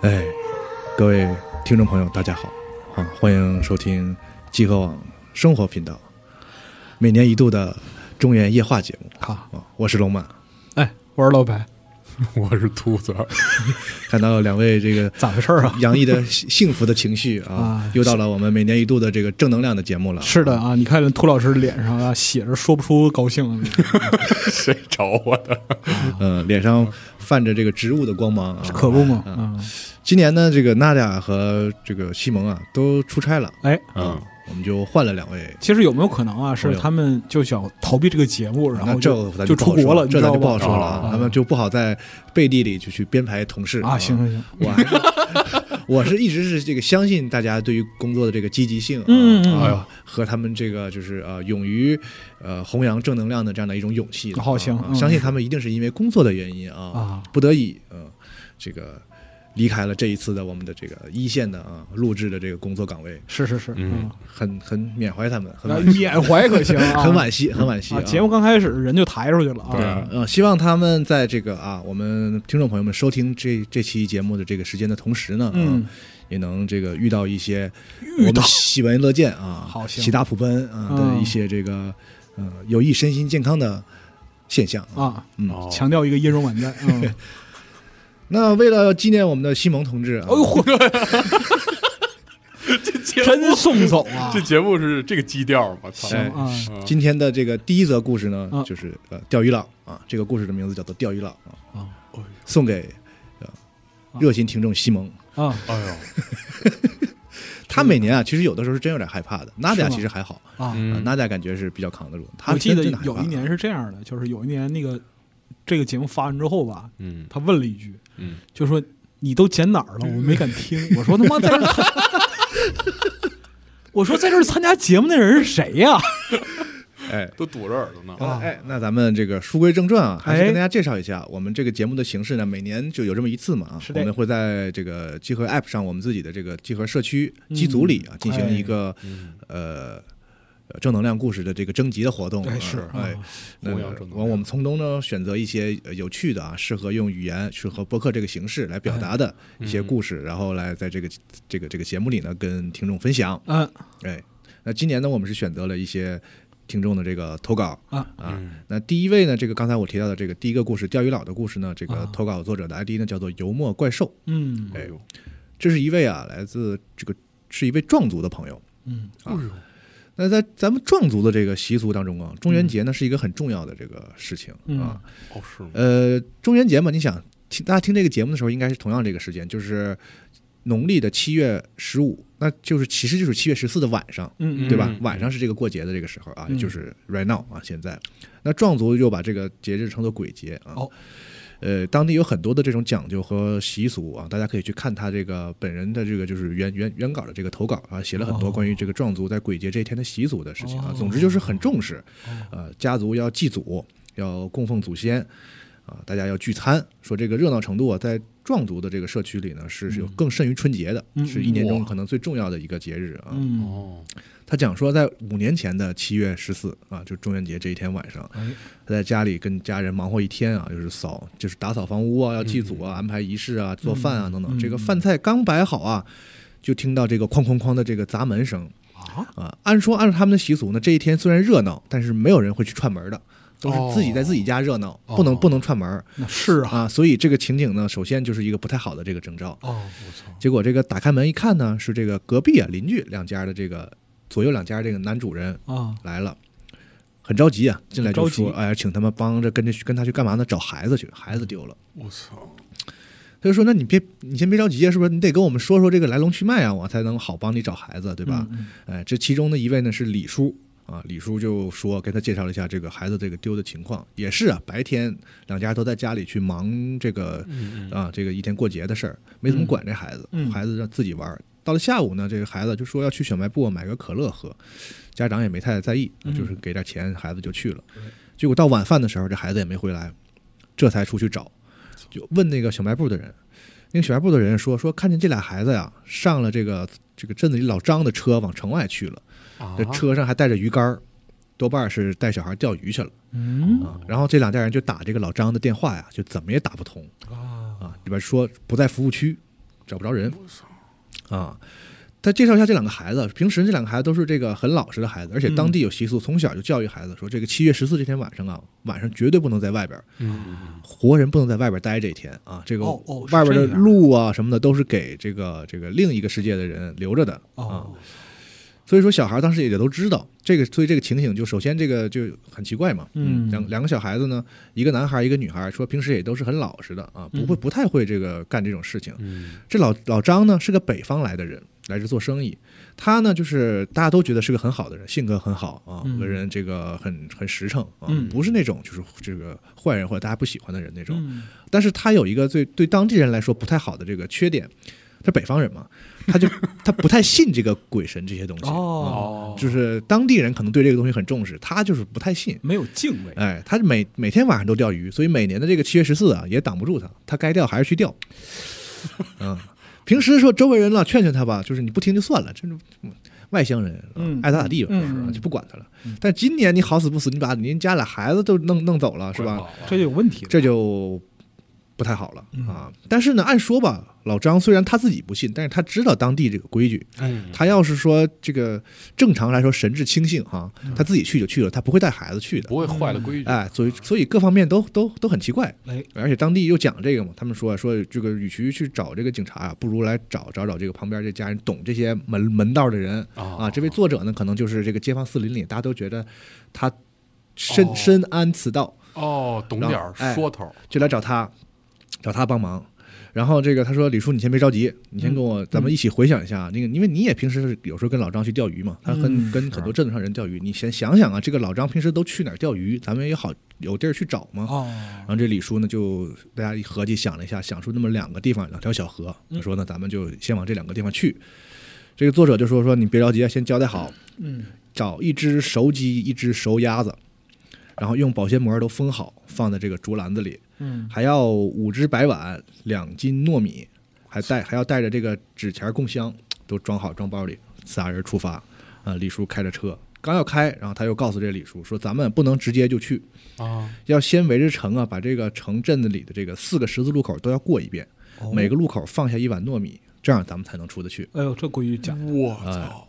哎听众朋友，大家好啊！欢迎收听集合网生活频道每年一度的中原夜话节目好，啊！我是龙马，哎，我是老 白，我是秃子儿，看到两位这个 咋回事儿啊？ 洋溢的幸幸福的情绪啊啊，又到了我们每年一度的这个正能量的节目了。是的啊，你看涂老师脸上啊，写着说不出高兴， 谁找我的？嗯，脸上泛着这个植物的光芒啊，可不嘛？嗯啊，今年呢，这个娜达和这个西蒙啊都出差了哎，啊，我们就换了两位。其实有没有可能啊，哎是呦他们就想逃避这个节目，然那后这就咱就不好出国说了，这咱就不好你知说道吧了啊啊，咱们就不好在背地里就去编排同事啊，行行行， 我还是我是一直是这个相信大家对于工作的这个积极性啊，嗯嗯嗯啊和他们这个就是呃勇于呃弘扬正能量的这样的一种勇气的啊，好行啊嗯相信他们一定是因为工作的原因啊不得已嗯、呃这个离开了这一次的我们的这个一线的啊录制的这个工作岗位，是是是，嗯很很缅怀他们，很啊惋惜，缅怀可行啊， 很惋惜，很惋惜啊。节目刚开始人就抬出去了对啊，呃，希望他们在这个啊，我们听众朋友们收听这这期节目的这个时间的同时呢，嗯啊，也能这个遇到一些到我们喜闻乐见啊，好行喜大普奔啊嗯的一些这个呃有益身心健康的现象啊。啊，嗯哦强调一个音容宛在， 嗯，哎那为了纪念我们的西蒙同志啊，哎呦 嚯，真送走啊 这，节目是这个基调吗？操哎啊嗯今天的这个第一则故事呢，啊就是呃钓鱼佬啊，这个故事的名字叫做钓鱼佬啊，啊送给呃热心听众西蒙。啊，哎呦，他每年啊，其实有的时候是真有点害怕的。娜是姐吗其实还好，啊啊，嗯娜姐感觉是比较扛得住。她我记得真的害怕嗯有一年是这样的，就是有一年那个这个节目发完之后吧，嗯他问了一句，嗯，就说你都剪哪儿了？我没敢听。我说他妈在这儿参，我说在这儿参加节目的人是谁呀、哎。都堵着耳朵呢。啊哎，那咱们这个书归正传啊，还是哎跟大家介绍一下我们这个节目的形式呢。每年就有这么一次嘛啊，是我的们会在这个集合 App 上，我们自己的这个集合社区嗯机组里啊，进行一个哎嗯，呃呃正能量故事的这个征集的活动啊。哎是哎啊，那弘扬正能量完我们从中呢选择一些呃有趣的啊，适合用语言、适合播客这个形式来表达的哎一些故嗯事，然后来在这个这个这个节目里呢跟听众分享。嗯哎，那今年呢，我们是选择了一些听众的这个投稿啊啊。嗯那第一位呢，这个刚才我提到的这个第一个故事《钓鱼佬》的故事呢，这个啊投稿作者的 ID 呢叫做油墨怪兽，嗯哎呦，这是一位啊来自这个是一位壮族的朋友。嗯哎呦，那在咱们壮族的这个习俗当中啊，中元节呢是一个很重要的这个事情嗯啊。哦是吗？呃，中元节嘛，你想听大家听这个节目的时候，应该是同样这个时间，就是农历的七月十五，那就是其实就是七月十四的晚上。嗯对吧？嗯晚上是这个过节的这个时候啊，嗯就是 right now 啊，现在。那壮族又把这个节日称作鬼节啊。哦。呃，当地有很多的这种讲究和习俗啊，大家可以去看他这个本人的这个就是原原原稿的这个投稿啊，写了很多哦关于这个壮族在鬼节这一天的习俗的事情啊。哦总之就是很重视，呃，家族要祭祖，要供奉祖先。啊，大家要聚餐，说这个热闹程度啊，在壮族的这个社区里呢，是是有更甚于春节的，嗯是一年中哇可能最重要的一个节日啊。嗯哦，他讲说，在五年前的七月十四啊，就中元节这一天晚上，哎他在家里跟家人忙活一天啊，就是扫，就是打扫房屋啊，要祭祖啊，安排仪式啊，做饭啊等等。嗯这个饭菜刚摆好啊，就听到这个哐哐哐的这个砸门声啊啊。按说按照他们的习俗呢，这一天虽然热闹，但是没有人会去串门的，都是自己在自己家热闹，哦不能不能串门那是啊啊。所以这个情景呢，首先就是一个不太好的这个征兆。哦我操，结果这个打开门一看呢，是这个隔壁啊邻居两家的这个左右两家这个男主人啊来了，很着急啊，进来就说：“很着急哎呀，请他们帮着跟着去跟他去干嘛呢？找孩子去，孩子丢了。我操，”他就说：“那你别，你先别着急啊，是不是？你得跟我们说说这个来龙去脉啊，我才能好帮你找孩子，对吧？”嗯哎，这其中的一位呢是李叔啊，李叔就说给他介绍了一下这个孩子这个丢的情况，也是啊，白天两家都在家里去忙这个嗯啊这个一天过节的事儿，没怎么管这孩子，嗯孩子让自己玩儿。到了下午呢，这个孩子就说要去小卖部买个可乐喝，家长也没太在意，嗯就是给点钱，孩子就去了。结果到晚饭的时候，这孩子也没回来，这才出去找，就问那个小卖部的人。那个小卖部的人说说看见这俩孩子呀，上了这个这个镇子里老张的车往城外去了，啊这车上还带着鱼竿儿，多半是带小孩钓鱼去了嗯啊。然后这两家人就打这个老张的电话呀，就怎么也打不通啊啊，里边说不在服务区，找不着人。啊。他介绍一下这两个孩子，平时这两个孩子都是这个很老实的孩子，嗯而且当地有习俗，从小就教育孩子说，这个七月十四这天晚上啊，晚上绝对不能在外边儿，嗯，活人不能在外边待这一天啊。这个哦哦是外边的这样路啊什么的都是给这个这个另一个世界的人留着的啊。哦，所以说小孩当时也都知道这个，所以这个情形就首先这个就很奇怪嘛。嗯两两个小孩子呢，一个男孩一个女孩，说平时也都是很老实的啊，不会嗯不太会这个干这种事情。嗯这老老张呢是个北方来的人，来这做生意。他呢就是大家都觉得是个很好的人，性格很好啊，嗯为人这个很很实诚啊，嗯不是那种就是这个坏人或者大家不喜欢的人那种。嗯但是他有一个最对当地人来说不太好的这个缺点，他北方人嘛，他就他不太信这个鬼神这些东西，啊哦，就是当地人可能对这个东西很重视，他就是不太信。没有敬畏，哎，他每每天晚上都钓鱼，所以每年的这个七月十四啊，也挡不住他，他该钓还是去 钓。嗯，平时说周围人了劝劝他吧，就是你不听就算了，这种嗯外乡人，啊嗯爱咋咋地吧，嗯是不是嗯就不管他了嗯。但今年你好死不死，你把您家俩孩子都弄弄走了，是吧？？这就有问题了。这就不太好了嗯啊。但是呢，按说吧，老张虽然他自己不信，但是他知道当地这个规矩。嗯，他要是说这个正常来说神志清醒哈、他自己去就去了，他不会带孩子去的。嗯不会坏了规矩。哎，所以所以各方面都都都很奇怪，哎，而且当地又讲这个嘛，他们说啊说这个与其去找这个警察啊，不如来找找找这个旁边这家人懂这些门门道的人啊。啊这位作者呢，可能就是这个街坊四邻里大家都觉得他深哦深谙此道，哦，懂点儿哎说头儿，就来找他，找他帮忙。然后这个他说：“李叔，你先别着急，你先跟我，咱们一起回想一下那个，因为你也平时有时候跟老张去钓鱼嘛，他跟嗯跟很多镇子上人钓鱼，你先想想啊，这个老张平时都去哪儿钓鱼，咱们也好有地儿去找嘛。哦然，后这李叔呢，就大家一合计想了一下，想出那么两个地方，两条小河。嗯他说呢，咱们就先往这两个地方去。这个作者就说说你别着急，啊，先交代好，嗯，找一只熟鸡，一只熟鸭子，然后用保鲜膜都封好，放在这个竹篮子里，嗯，还要五只白碗，两斤糯米，还带还要带着这个纸钱儿供香，都装好装包里，仨人出发。啊、李叔开着车，刚要开，然后他又告诉这李叔说，咱们不能直接就去，啊，要先围着城啊，把这个城镇子里的这个四个十字路口都要过一遍，哦每个路口放下一碗糯米，这样咱们才能出得去。哎呦，这规矩讲，我操，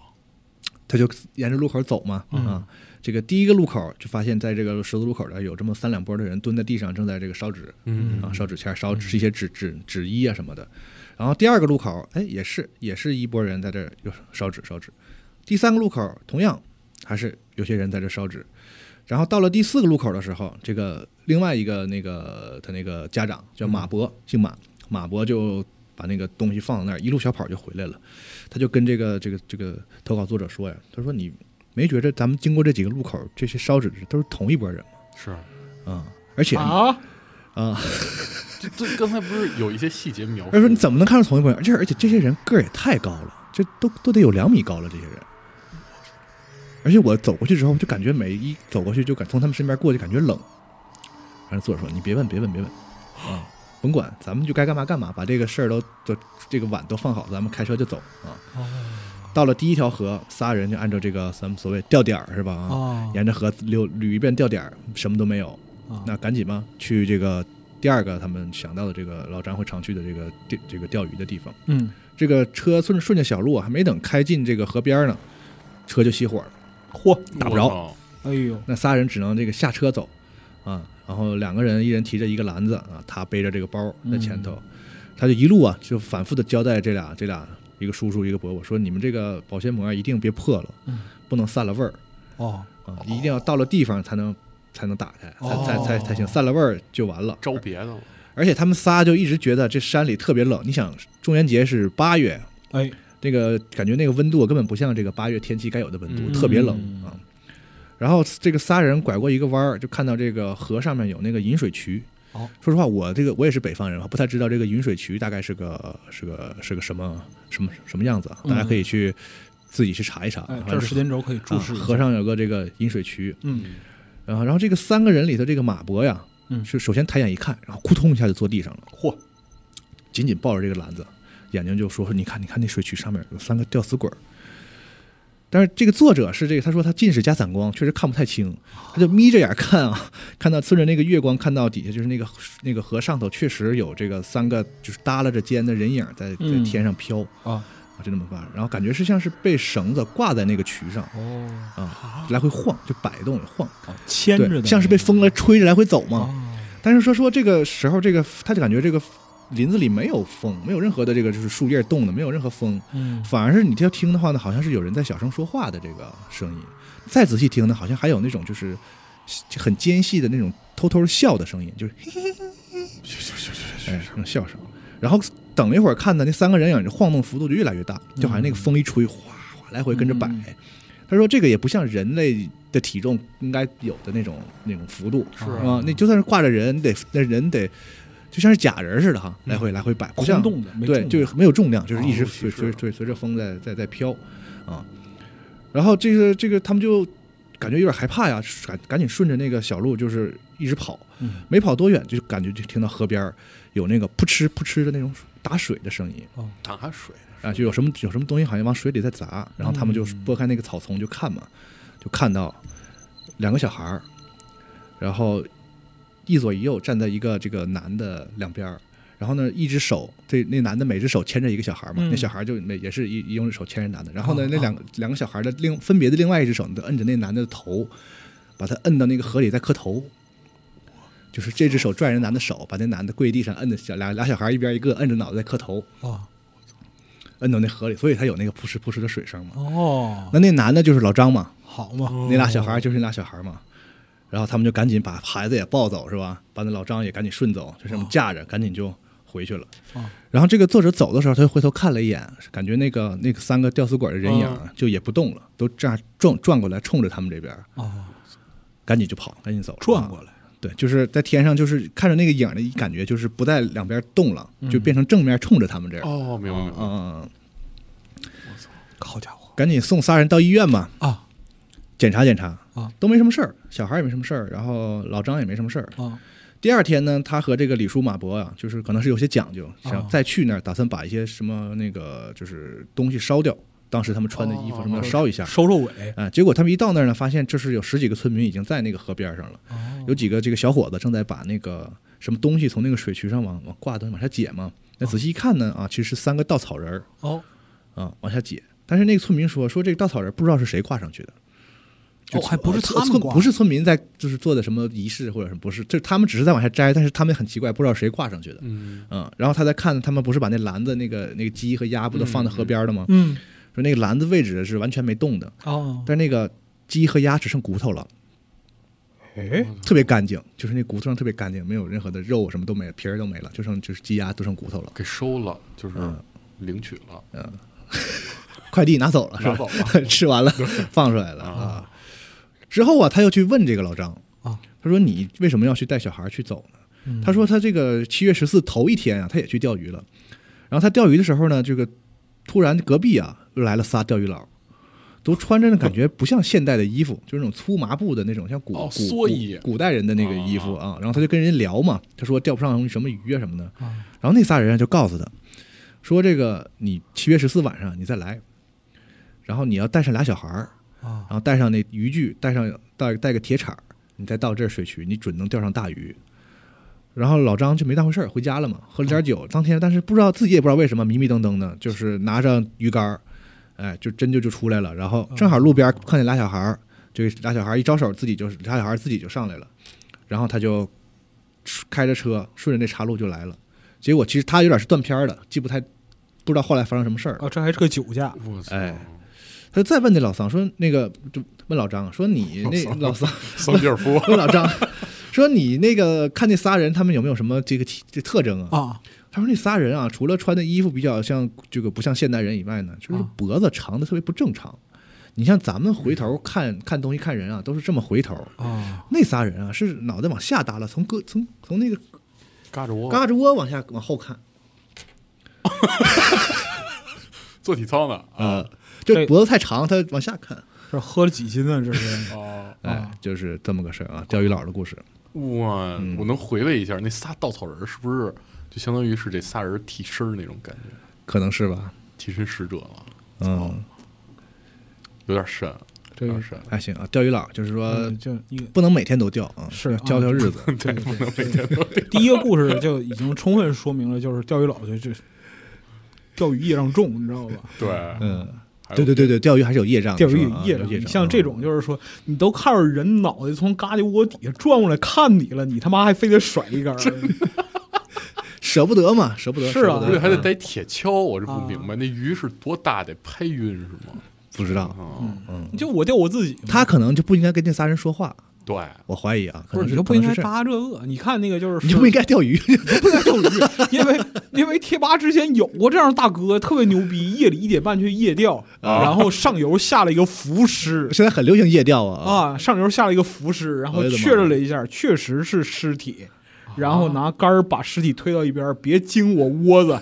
他就沿着路口走嘛，嗯啊，这个第一个路口就发现，在这个十字路口这有这么三两拨的人蹲在地上，正在这个烧纸，嗯啊，烧纸签儿、烧一些纸纸纸衣啊什么的。然后第二个路口，哎，也是也是一拨人在这儿又烧纸烧纸。第三个路口同样还是有些人在这烧纸。然后到了第四个路口的时候，这个另外一个那个他那个家长叫马博，姓马，马博就把那个东西放到那儿，一路小跑就回来了。他就跟这个这个这个投稿作者说呀，他说你没觉着咱们经过这几个路口，这些烧纸的都是同一拨人吗？是。啊、而且啊、啊，这这刚才不是有一些细节描述？哎他说你怎么能看出同一拨人？而且而且这些人个儿也太高了，这都都得有两米高了，这些人。而且我走过去之后，就感觉每一走过去就感从他们身边过去，感觉冷。然后作者说：“你别问，别问，别问，啊，甭管，咱们就该干嘛干嘛，把这个事儿都都这个碗都放好，咱们开车就走啊。”哦到了第一条河，仨人就按照这个咱们所谓钓点儿是吧？啊，哦沿着河溜捋一遍钓点儿，什么都没有。啊那赶紧吧，去这个第二个他们想到的这个老张会常去的这个钓这个钓鱼的地方。嗯，这个车顺顺着小路啊，还没等开进这个河边呢，车就熄火了。嚯，打不着我操，哎呦，那仨人只能这个下车走啊，然后两个人一人提着一个篮子啊，他背着这个包在前头，他就一路啊就反复的交代这俩这俩一个叔叔一个伯伯说你们这个保鲜膜啊一定别破了，嗯不能散了味儿哦，啊，一定要到了地方才能才能打开，才才才才行，哦散了味儿就完了。招别的了，而且他们仨就一直觉得这山里特别冷，你想中元节是八月，哎，那个感觉那个温度根本不像这个八月天气该有的温度，嗯特别冷啊。然后这个仨人拐过一个弯儿，就看到这个河上面有那个引水渠。哦说实话，我这个我也是北方人，我不太知道这个引水渠大概是个是个是个什么什么什么样子啊，嗯大家可以去自己去查一查。哎，反这正时间轴可以注啊视一下河，上有个这个引水渠，嗯，然后然后这个三个人里头这个马博呀，嗯是首先抬眼一看，然后扑通一下就坐地上了。嚯，紧紧抱着这个篮子，眼睛就说说你看，你看那水渠上面有三个吊死鬼儿。但是这个作者是这个，他说他近视加散光，确实看不太清，他就眯着眼看啊，看到顺着那个月光看到底下就是那个那个河上头确实有这个三个就是耷拉着肩的人影在在嗯天上飘、啊就那么办。然后感觉是像是被绳子挂在那个渠上哦，啊，来回晃，就摆动晃，啊牵着对，的，像是被风来吹着来回走嘛。哦但是说说这个时候，这个他就感觉这个林子里没有风，没有任何的这个就是树叶动的，没有任何风，嗯，反而是你要听的话呢，好像是有人在小声说话的这个声音。再仔细听呢，好像还有那种就是很尖细的那种偷偷笑的声音，就是嘿嘿嘿嘿，哎，那种笑声。然后等一会儿看呢，那三个人影就晃动幅度就越来越大，就好像那个风一吹，哗哗来回跟着摆。嗯他说这个也不像人类的体重应该有的那种那种幅度，是啊啊，那就算是挂着人，得那人得就像是假人似的哈，嗯来回来回摆，不像空洞的，没对，重就量啊是没有重量，就是一直哦随是随随随着风在在在飘啊。然后这个这个他们就感觉有点害怕呀，赶赶紧顺着那个小路就是一直跑，嗯没跑多远就感觉就听到河边儿有那个扑哧扑哧的那种打水的声音哦打水，啊，就有什么有什么东西好像往水里在砸，然后他们就嗯拨开那个草丛就看嘛，就看到两个小孩儿，然后一左一右站在一个这个男的两边儿，然后呢，一只手这那男的每只手牵着一个小孩儿嘛，嗯那小孩儿就每也是一一用手牵着男的，然后呢，哦那两个两个小孩儿的另分别的另外一只手呢，摁着那男的头，把他摁到那个河里再磕头。就是这只手拽着男的手，把那男的跪地上摁着小俩俩小孩儿一边一个摁着脑袋在磕头，哦摁到那河里，所以才有那个扑哧扑哧的水声嘛。哦，那那男的就是老张嘛，好嘛，那俩小孩儿就是那俩小孩儿嘛，然后他们就赶紧把孩子也抱走，是吧？把那老张也赶紧顺走，就这么架着，赶紧就回去了哦。然后这个作者走的时候，他就回头看了一眼，感觉那个那个三个吊死鬼的人影啊就也不动了，都这样转转过来，冲着他们这边儿，哦，赶紧就跑，赶紧走，转过来。来，对，就是在天上，就是看着那个影儿的感觉，就是不在两边动了，就变成正面冲着他们这样。哦，明白明白，嗯，嗯好家伙嗯赶紧送仨人到医院吧。啊检查检查啊，都没什么事儿，小孩儿也没什么事儿，然后老张也没什么事儿。啊第二天呢，他和这个李叔马伯啊，就是可能是有些讲究，啊想再去那儿，打算把一些什么那个就是东西烧掉，当时他们穿的衣服啊哦什么哦的哦烧一下。收收尾，啊、结果他们一到那儿呢，发现就是有十几个村民已经在那个河边上了，哦有几个这个小伙子正在把那个什么东西从那个水渠上往往挂的东西往下解嘛。那仔细一看呢，啊，其实是三个稻草人儿哦啊往下解，但是那个村民说说这个稻草人不知道是谁挂上去的。就哦，还不是村他们村挂，不是村民在就是做的什么仪式或者什么，不是，就是他们只是在往下摘，但是他们很奇怪，不知道谁挂上去的。嗯，嗯，然后他在看，他们不是把那篮子那个那个鸡和鸭不都放在河边了吗？嗯说那个篮子位置是完全没动的，哦，但是那个鸡和鸭只剩骨头了，哎特别干净，就是那骨头上特别干净，没有任何的肉什么都没了，皮儿都没了，就剩就是鸡鸭都剩骨头了。给收了，就是嗯领取了，快递拿走了是吧？拿走 吃完了放出来了啊。之后啊，他又去问这个老张啊，他说你为什么要去带小孩去走呢？他说他这个七月十四头一天啊，他也去钓鱼了。然后他钓鱼的时候呢，这个突然隔壁啊又来了仨钓鱼佬，都穿着呢感觉不像现代的衣服，就是那种粗麻布的那种，像古、哦古蓑衣古古代人的那个衣服啊。然后他就跟人聊嘛，他说钓不上什么鱼啊什么的。啊然后那仨人就告诉他，说这个你七月十四晚上啊你再来，然后你要带上俩小孩儿，啊然后带上那渔具，带上带带个铁铲儿，你再到这儿水渠，你准能钓上大鱼。然后老张就没当回事儿，回家了嘛，喝了点酒。当天但是不知道自己也不知道为什么迷迷瞪瞪的，就是拿着鱼竿儿，哎，就真就就出来了。然后正好路边看见俩小孩儿，这俩小孩儿一招手，自己就是俩小孩儿自己就上来了。然后他就开着车顺着那岔路就来了。结果其实他有点是断片儿的，记不太不知道后来发生什么事儿。啊，这还是个酒驾，我操，哎他就再问那老桑说：“那个就问老张说你那老桑桑吉尔夫问老张说你那个看那仨人他们有没有什么这个体这特征啊？啊他说那仨人啊，除了穿的衣服比较像这个不像现代人以外呢，就是啊脖子长的特别不正常。你像咱们回头看看东西看人啊，都是这么回头。啊那仨人啊是脑袋往下耷拉，从胳从从那个嘎着哦窝，胳肢窝往下往后看，做体操呢啊，呃，就这啊脖子太长，他往下看。这喝了几斤呢？这是哦，哎，就是这么个事儿啊，钓鱼佬的故事。哇，我能回味一下那仨稻草人是不是就相当于是这仨人替身儿那种感觉，可能是吧。替身使者了，嗯，有点深，哦这有点个深，还行啊。钓鱼佬就是说嗯就一个不能每天都钓啊，是要啊挑挑日子。对，不能每天都第一个故事就已经充分说明了，就是钓鱼佬就这钓鱼业障重，你知道吧？对，嗯，还有对对对对，钓鱼还是有业障的，钓鱼是吧业啊有业障，障，像这种就是说，你都看着人脑袋从嘎叽窝底下转过来看你了，你他妈还非得甩一杆儿，嗯舍不得嘛，舍不得，是舍啊而不且得嗯还得逮铁锹，我这不啊明白，那鱼是多大得拍晕是吗？不知道，啊，嗯， 就我钓我自己嘛。他可能就不应该跟那仨人说话，对，我怀疑啊，可不能是是你就不应该搭，搭这个，你看那个就 是你就不应该钓 鱼，不该钓鱼，因为因为贴吧之前有过这样的大哥，特别牛逼，夜里一点半去夜钓，啊然后上游下了一个浮尸现在很流行夜钓啊，啊，上游下了一个浮尸，然哎后呦我的妈确认了一下，确实是尸体。然后拿杆儿把尸体推到一边儿，别惊我窝子。啊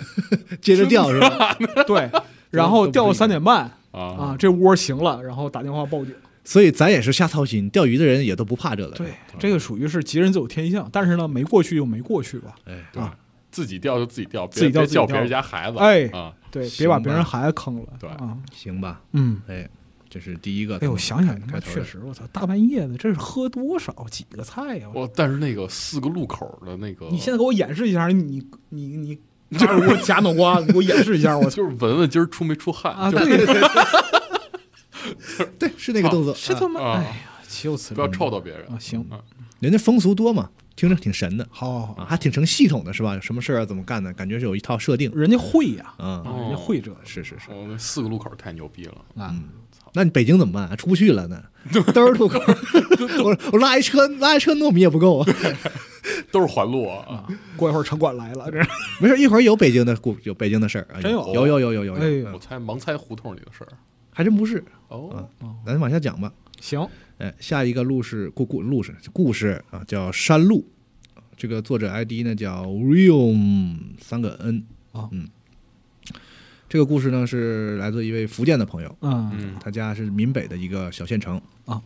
接着钓是吧？对，然后钓到三点半啊啊，这窝行了，然后打电话报警。所以咱也是瞎操心，钓鱼的人也都不怕这个。啊对，这个属于是吉人自有天相，但是呢，没过去就没过去吧。哎，对啊，自己钓就自己钓，别自己钓别自己钓叫别人家孩子，哎啊，对，行别把别人吧孩子坑了。对啊，行吧，嗯。哎，这是第一个。哎呦，我想开想他妈开头确的实，我操，大半夜的，这是喝多少几个菜呀、我但是那个四个路口的那个，你现在给我演示一下，你你你，你就是我夹脑瓜，你给我演示一下，我操就是闻闻今儿出没出汗，啊！ 就是对，对，是那个动作。这啊他妈，啊哎呀，岂有此理！不要臭到别人啊！行，人家风俗多嘛，听着挺神的好好啊，好，还挺成系统的是吧？什么事儿啊，怎么干的，感觉是有一套设定人家会呀、啊。啊，人家会这个是嗯是是，我们四个路口太牛逼了，啊。那你北京怎么办？啊出不去 了呢，都是路口。我我拉一车拉一车糯米也不够啊。都是环路啊，过一会儿城管来了，这没事，一会儿有北京的故有北京的事儿啊，真有有有有有有哎有，呀我猜盲猜胡同里的事儿。还真不是。哦啊，咱往下讲吧。行，哎，下一个路是故故路是故事啊，叫山路。这个作者 ID 呢叫 Realm 三个 N 啊嗯。这个故事呢是来自一位福建的朋友，嗯嗯，他家是闽北的一个小县城啊。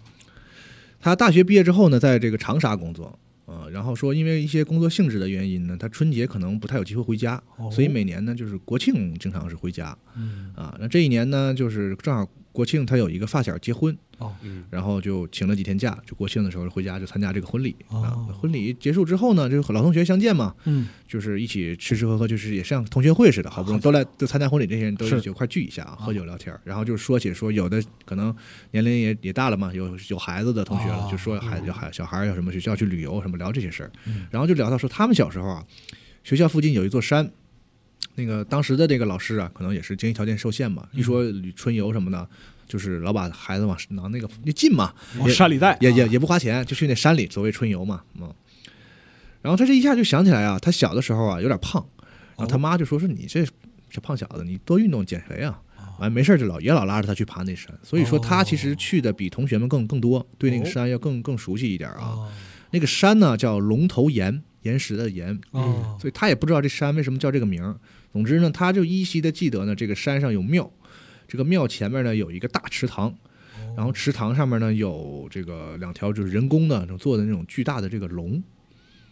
他大学毕业之后呢，在这个长沙工作，呃，然后说因为一些工作性质的原因呢，他春节可能不太有机会回家，哦所以每年呢就是国庆经常是回家嗯啊。那这一年呢，就是正好国庆他有一个发小结婚，哦嗯，然后就请了几天假，就国庆的时候回家就参加这个婚礼、哦啊。婚礼结束之后呢，就和老同学相见嘛，嗯，就是一起吃吃喝喝，就是也像同学会似的，好不容易都来都参加婚礼，这些人都是一起快聚一下啊，啊喝酒聊天儿，然后就说起说有的可能年龄也也大了嘛，有有孩子的同学了哦，就说孩有孩小孩儿要什么学校去旅游什么聊这些事儿嗯，然后就聊到说他们小时候啊，学校附近有一座山。那个当时的这个老师啊，可能也是经济条件受限嘛，一说旅春游什么的，就是老把孩子往往那个那近嘛，往山里带，也也也不花钱，就去那山里所谓春游嘛，嗯。然后他这一下就想起来啊，他小的时候啊有点胖，然后他妈就说说你这这胖小子，你多运动减肥啊。完没事儿就老也老拉着他去爬那山，所以说他其实去的比同学们更更多，对那个山要更更熟悉一点啊。啊那个山呢叫龙头岩，岩石的岩，啊所以他也不知道这山为什么叫这个名儿。总之呢，他就依稀的记得呢，这个山上有庙，这个庙前面呢有一个大池塘，然后池塘上面呢有这个两条就是人工的那种做的那种巨大的这个龙，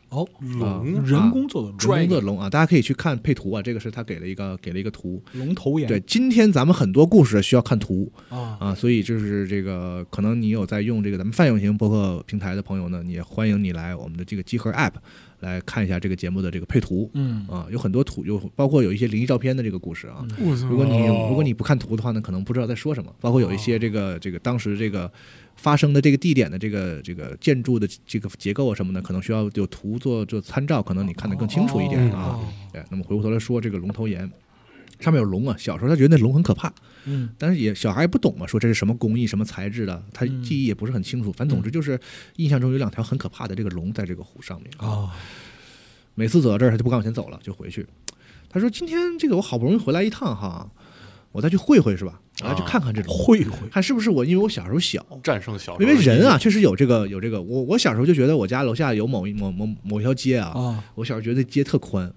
哦，嗯啊龙人工做的人工龙的龙啊，大家可以去看配图啊，这个是他给了一个给了一个图。龙头眼对，今天咱们很多故事需要看图啊，啊，所以就是这个，可能你有在用这个咱们泛用型博客平台的朋友呢，你也欢迎你来我们的这个集合 App 来看一下这个节目的这个配图嗯，啊，有很多图，有包括有一些灵异照片的这个故事啊，我操如果你哦如果你不看图的话呢，可能不知道在说什么。包括有一些哦这个这个当时这个发生的这个地点的这个这个建筑的这个结构啊什么的，可能需要有图做做参照，可能你看得更清楚一点啊哦。对，那么回过头来说这个龙头岩。上面有龙啊！小时候他觉得那龙很可怕，嗯但是也小孩也不懂嘛，说这是什么工艺、什么材质的，他嗯记忆也不是很清楚。反正总之就是印象中有两条很可怕的这个龙在这个湖上面啊每次走到这儿，他就不敢往前走了，就回去。他说：“今天这个我好不容易回来一趟哈，我再去会会是吧？我啊再去看看这种，会会看是不是我因为我小时候小，战胜小时候因的为人啊理确实有这个有这个，我我小时候就觉得我家楼下有某一某某某一条街哦啊，啊我小时候觉得街特宽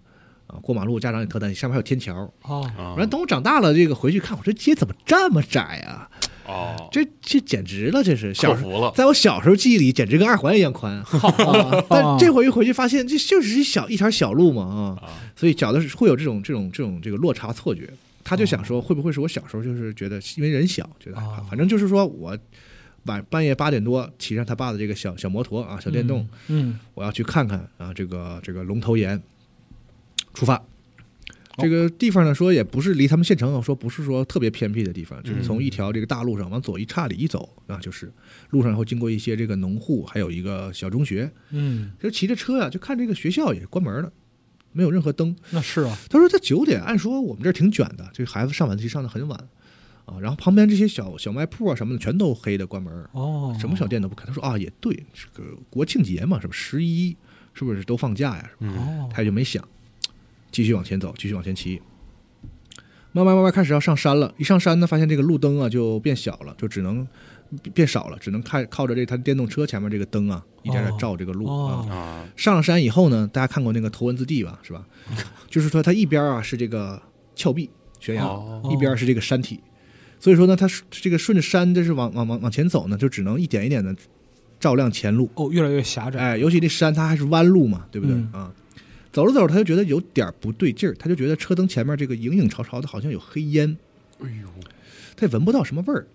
啊，过马路我家长也特担心，上面还有天桥。啊解啊然后等我长大了，这个回去看，我这街怎么这么窄啊？哦，这这简直了，这是克小时候服了，在我小时候记忆里，简直跟二环一样宽。啊 哦但这回一回去发现，这就是一小一条小路嘛啊啊，所以小的时候会有这种这种这种这个落差错觉。他就想说，会不会是我小时候就是觉得因为人小觉得害怕？哦反正就是说我晚半夜八点多骑上他爸的这个小小摩托啊，小电动，嗯我要去看看啊这个这个龙头岩。出发，这个地方呢，说也不是离他们县城啊，说不是说特别偏僻的地方，就是嗯从一条这个大路上往左一岔里一走啊，就是路上会经过一些这个农户，还有一个小中学。嗯，就骑着车啊，就看这个学校也关门了，没有任何灯。那是啊，他说他九点，按说我们这儿挺卷的，这孩子上晚自习上的很晚啊，然后旁边这些小小卖铺啊什么的全都黑的关门，哦，什么小店都不开。他说啊，也对，这个国庆节嘛，是不是十一是不是都放假呀？嗯哦，他就没想，继续往前走，继续往前骑。慢慢慢慢开始要上山了，一上山呢，发现这个路灯啊就变小了，就只能变少了，只能看靠着这他电动车前面这个灯啊，一点点哦照这个路、啊。哦，啊，上了山以后呢，大家看过那个《头文字 D》吧，是吧？就是说它一边啊是这个峭壁悬崖，哦一边是这个山体，所以说呢，它是这个顺着山就是往往往往前走呢，就只能一点一点的照亮前路。哦，越来越狭窄，哎，尤其那山它还是弯路嘛，对不对、嗯啊？走着走着，他就觉得有点不对劲儿，他就觉得车灯前面这个影影潮潮的，好像有黑烟，哎呦，他也闻不到什么味儿。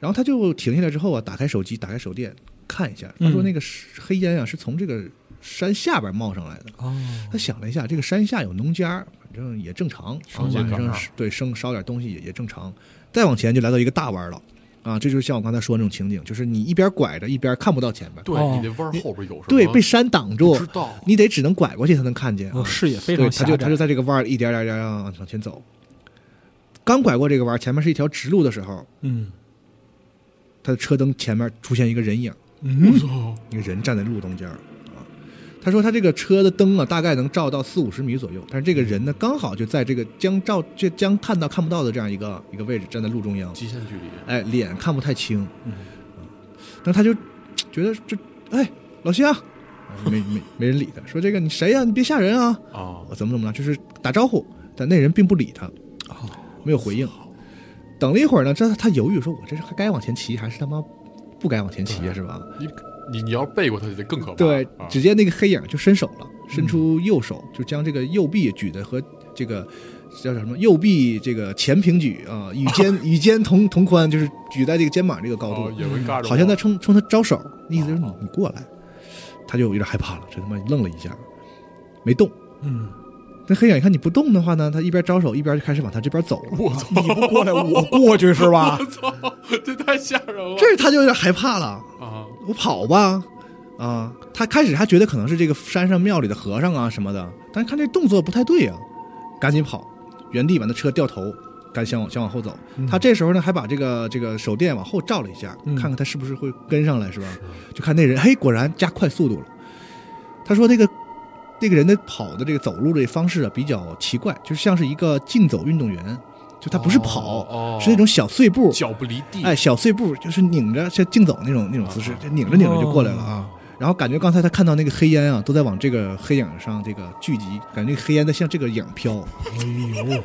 然后他就停下来之后啊，打开手机，打开手电看一下，他说嗯那个是黑烟啊是从这个山下边冒上来的。哦，他想了一下，这个山下有农家，反正也正常，烧晚秸秆上儿是对生烧点东西也也正常。再往前就来到一个大弯了，啊，这就是像我刚才说的那种情景，就是你一边拐着一边看不到前边，对哦你那弯儿后边有什么？对，被山挡住不，知道，你得只能拐过去才能看见。哦啊视野非对，常他狭就他窄就，在这个弯儿一点点点点往前走。刚拐过这个弯儿，前面是一条直路的时候，嗯他的车灯前面出现一个人影，嗯，一个人站在路中间儿啊。他说他这个车的灯啊，大概能照到四五十米左右，但是这个人呢，刚好就在这个将照这将看到看不到的这样一个一个位置站在路中央，极限距离，哎，脸看不太清，嗯啊但他就嘖觉得这哎老乡，啊没没没人理他，说这个你谁呀、你别吓人啊，啊我怎么怎么了，就是打招呼，但那人并不理他，没有回应。等了一会儿呢，这他犹豫说，我这是还该往前骑还是他妈不该往前骑呀、对是吧？你你你要背过它就得更可怕，对啊，直接那个黑影就伸手了，嗯伸出右手，就将这个右臂举的和这个叫什么右臂这个前平举 啊，与肩与肩同同宽，就是举在这个肩膀这个高哦度，也会嘎着，嗯好像在冲冲他招手，那意思就是你你过来，他就有点害怕了，这他妈愣了一下，没动。嗯，那黑影一看你不动的话呢，他一边招手一边就开始往他这边走了。我操， 你不过来，我过去是 吧？这太吓人了，这他就有点害怕了，啊，我跑吧，啊，他开始还觉得可能是这个山上庙里的和尚啊什么的，但是看这动作不太对呀、赶紧跑，原地把那车掉头，赶想往想往后走。他这时候呢，还把这个这个手电往后照了一下，嗯看看他是不是会跟上来，是吧？就看那人，嘿，果然加快速度了。他说那个那个人的跑的这个走路的方式啊比较奇怪，就是像是一个竞走运动员，就他不是跑，哦是那种小碎步，脚不离地，哎，小碎步就是拧着像竞走那种那种姿势啊，就拧着拧着就过来了哦啊。然后感觉刚才他看到那个黑烟啊，都在往这个黑影上这个聚集，感觉那个黑烟在向这个影飘，哎呦，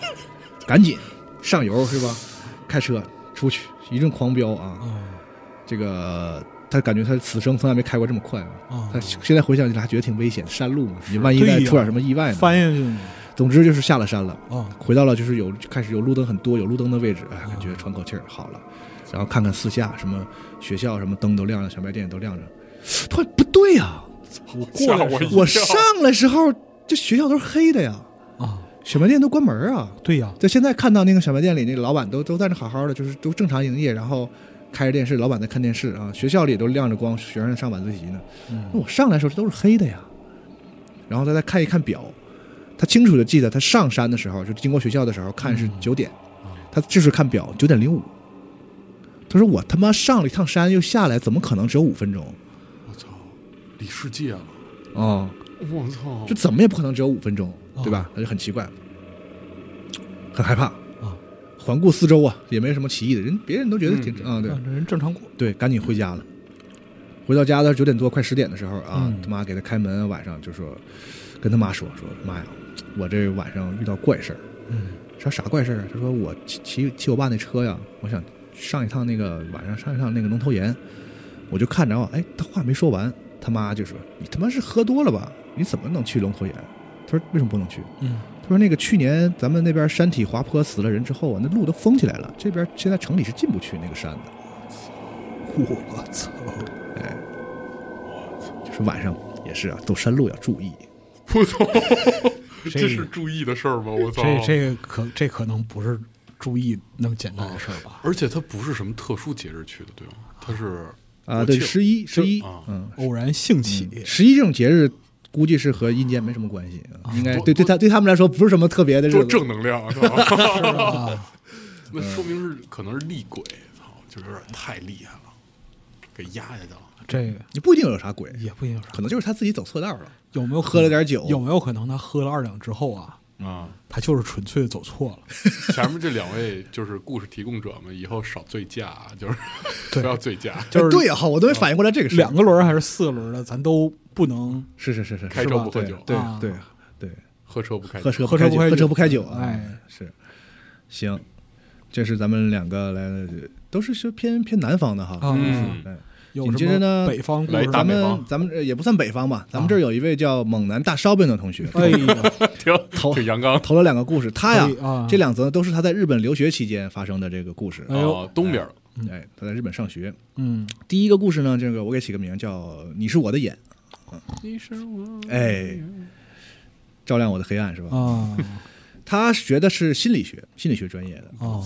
赶紧上油是吧？开车出去一顿狂飙啊！嗯这个他感觉他此生从来没开过这么快啊！他嗯，现在回想起来还觉得挺危险，山路嘛，你万一对呀再出点什么意外呢？翻下去呢，总之就是下了山了。哎啊，回到了就是有开始有路灯很多有路灯的位置，哎，啊感觉喘口气儿好了，然后看看四下什么学校什么灯都亮着，小卖店也都亮着，突然不对呀、我过来我是一跳我上来时候这学校都是黑的呀，啊，小卖店都关门啊，对呀，在现在看到那个小卖店里那个老板都都在那好好的，就是都正常营业，然后开着电视，老板在看电视啊，学校里也都亮着光，学生上晚自习呢，那嗯，我上来的时候这都是黑的呀，然后他再看一看表，他清楚的记得他上山的时候，就经过学校的时候看是九点，他就是看表九点零五。他说我他妈上了一趟山又下来，怎么可能只有五分钟我操，李世界了，啊、我操，就怎么也不可能只有五分钟，哦对吧？他就很奇怪，很害怕哦。环顾四周啊，也没什么奇异的人，别人都觉得挺嗯啊、对让人正常过，对，赶紧回家了。回到家的九点多，快十点的时候啊，嗯他妈给他开门，晚上就说跟他妈说说妈呀，我这晚上遇到怪事儿。嗯，说啥怪事儿啊？他说我骑骑骑我爸那车呀，我想上一趟那个晚上上一趟那个龙头岩，我就看着啊，哎，他话没说完，他妈就说你他妈是喝多了吧？你怎么能去龙头岩？他说为什么不能去？嗯，他说那个去年咱们那边山体滑坡死了人之后啊，那路都封起来了，这边现在城里是进不去那个山的。嗯我操，就是晚上也是啊，走山路要注意。我操，这这是注意的事儿吗？我操！这这个可这可能不是注意那么简单的事儿吧？而且它不是什么特殊节日去的，对吗？它是啊，对，国庆十一十一啊，哎嗯，偶然兴起，嗯十一这种节日估计是和阴间没什么关系，应该多对对多他对他们来说不是什么特别的多日子。正能量，操是吧？ 那说明是可能是厉鬼，操，就是有点太厉害了，给压下去了。这个你不一定有啥鬼，也不一定有啥可能就是他自己走错道了。有没有可能喝了点酒有没有可能他喝了二两之后啊，啊，他就是纯粹走错 了？前面这两位就是故事提供者们，以后少醉驾，啊就是对不要醉驾，就是哎对啊，我都没反应过来这个事儿。两个轮儿还是四个轮儿的，咱都不能是是是是，开车不喝酒，对啊对对，喝车不开 喝车喝车车不开喝酒车不开酒啊，哎是行，这是咱们两个来的，都是说偏偏南方的哈。啊。嗯对有紧什接着么呢北方故来事大咱吗？北们方咱们呃也不算北方吧，咱们这儿有一位叫猛男大烧饼的同学，哎呀，挺头挺阳刚。投了两个故事，他可以啊呀，这两则都是他在日本留学期间发生的这个故事。哎呦啊，东边了，哎，他在日本上学。嗯，第一个故事呢，这个我给起个名叫“你是我的眼你是我”，哎，照亮我的黑暗是吧？啊他学的是心理学，心理学专业的，哦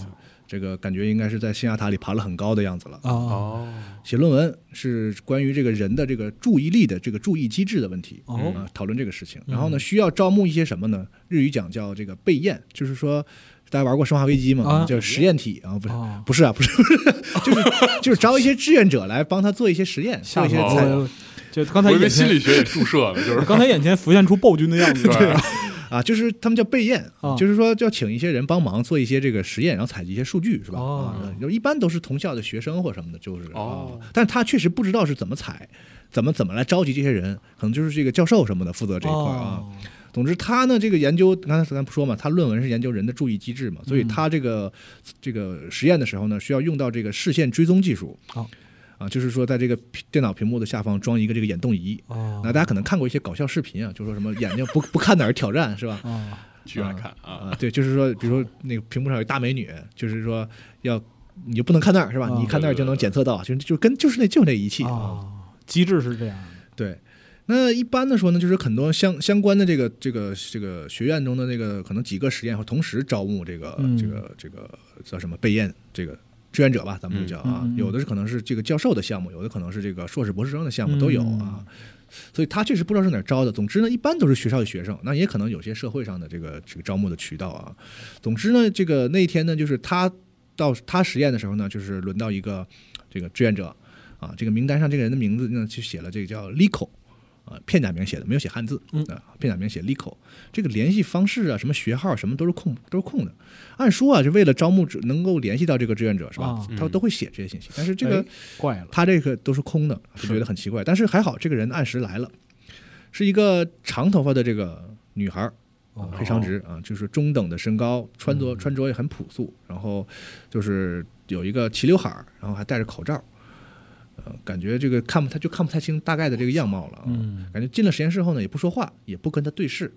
这个感觉应该是在象牙塔里爬了很高的样子了。啊哦，写论文是关于这个人的这个注意力的这个注意机制的问题啊、哦讨论这个事情。然后呢，需要招募一些什么呢？日语讲叫这个备验，就是说大家玩过《生化危机》啊嘛，叫实验体啊，不是哦不是啊，不是， 就是就是招一些志愿者来帮他做一些实验，做一些吓我采了我就刚才我以眼为心前理学也注射呢，就是刚才眼前浮现出暴君的 样子，对啊，就是他们叫备验，啊就是说要请一些人帮忙做一些这个实验，然后采集一些数据，是吧？哦啊，就一般都是同校的学生或什么的，就是。哦啊但是他确实不知道是怎么采，怎么怎么来召集这些人，可能就是这个教授什么的负责这一块啊。哦总之，他呢这个研究，刚才咱不说嘛，他论文是研究人的注意机制嘛，所以嗯他这个、这个实验的时候呢，需要用到这个视线追踪技术。哦啊，就是说，在这个屏电脑屏幕的下方装一个这个眼动仪，哦那大家可能看过一些搞笑视频啊，就说什么眼睛不不看哪儿挑战是吧？哦去爱看啊，啊，对，就是说，比如说那个屏幕上有一大美女，就是说要你就不能看那儿是吧？啊你看那儿就能检测到，就就跟就是那就那仪器啊。哦，机制是这样的，对，那一般的说呢，就是很多相相关的这个这个这个学院中的那个可能几个实验会同时招募这个、嗯这个这个叫什么备验这个。志愿者吧，咱们就叫啊，嗯嗯嗯有的是可能是这个教授的项目，有的可能是这个硕士博士生的项目都有嗯啊，所以他确实不知道是哪儿招的。总之呢，一般都是学校的学生，那也可能有些社会上的这个这个招募的渠道啊。总之呢，这个那一天呢，就是他到他实验的时候呢，就是轮到一个这个志愿者啊，这个名单上这个人的名字呢，就写了这个叫 Lico 啊，片假名写的，没有写汉字嗯啊，片假名写 Lico，这个联系方式啊，什么学号什么都是空都是空的。按说啊，是为了招募志能够联系到这个志愿者是吧？啊他都会写这些信息，但是这个。哎怪了，他这个都是空的，就觉得很奇怪。但是还好，这个人按时来了，是一个长头发的这个女孩儿，哦黑长直啊，就是中等的身高，穿着穿着也很朴素，然后就是有一个齐刘海儿，然后还戴着口罩，呃，感觉这个看不他就看不太清大概的这个样貌了啊。嗯感觉进了实验室后呢，也不说话，也不跟他对视，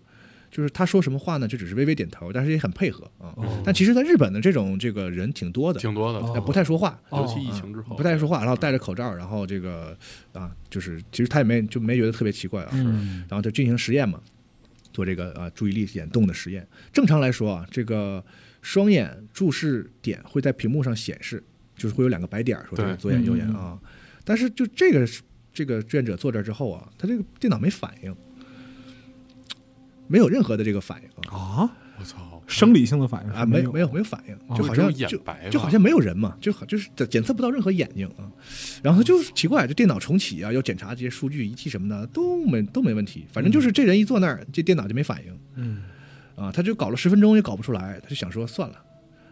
就是他说什么话呢，就只是微微点头，但是也很配合啊。哦但其实，在日本的这种这个人挺多的，嗯挺多的，哦也不太说话，尤其疫情之后哦不太说话，然后戴着口罩，然后这个啊，就是其实他也没就没觉得特别奇怪啊，嗯然后就进行实验嘛，做这个啊注意力眼动的实验。正常来说啊，这个双眼注视点会在屏幕上显示，就是会有两个白点儿，说这个对左眼右眼啊。但是就这个这个志愿者坐这儿之后啊，他这个电脑没反应，没有任何的这个反应啊。啊，我操，生理性的反应啊，是没有没有没有反应，哦就好像只有眼就白吧就好像没有人嘛，就好就是检测不到任何眼睛啊。然后就是奇怪，这电脑重启啊，要检查这些数据仪器什么的都没都没问题，反正就是这人一坐那儿，这电脑就没反应嗯啊，他就搞了十分钟也搞不出来，他就想说算了，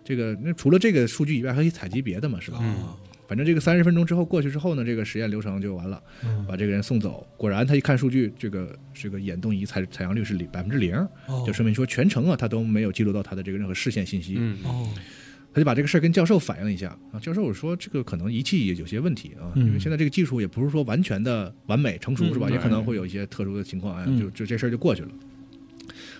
这个那除了这个数据以外，还可以采集别的嘛，是吧？嗯反正这个三十分钟之后过去之后呢，这个实验流程就完了，嗯把这个人送走。果然他一看数据，这个这个眼动仪采采样率是零百分之零，哦就说明说全程啊他都没有记录到他的这个任何视线信息。嗯，哦他就把这个事儿跟教授反映了一下啊。教授说这个可能仪器也有些问题啊，嗯因为现在这个技术也不是说完全的完美成熟嗯是吧？对也可能会有一些特殊的情况，哎嗯，就就这事儿就过去了。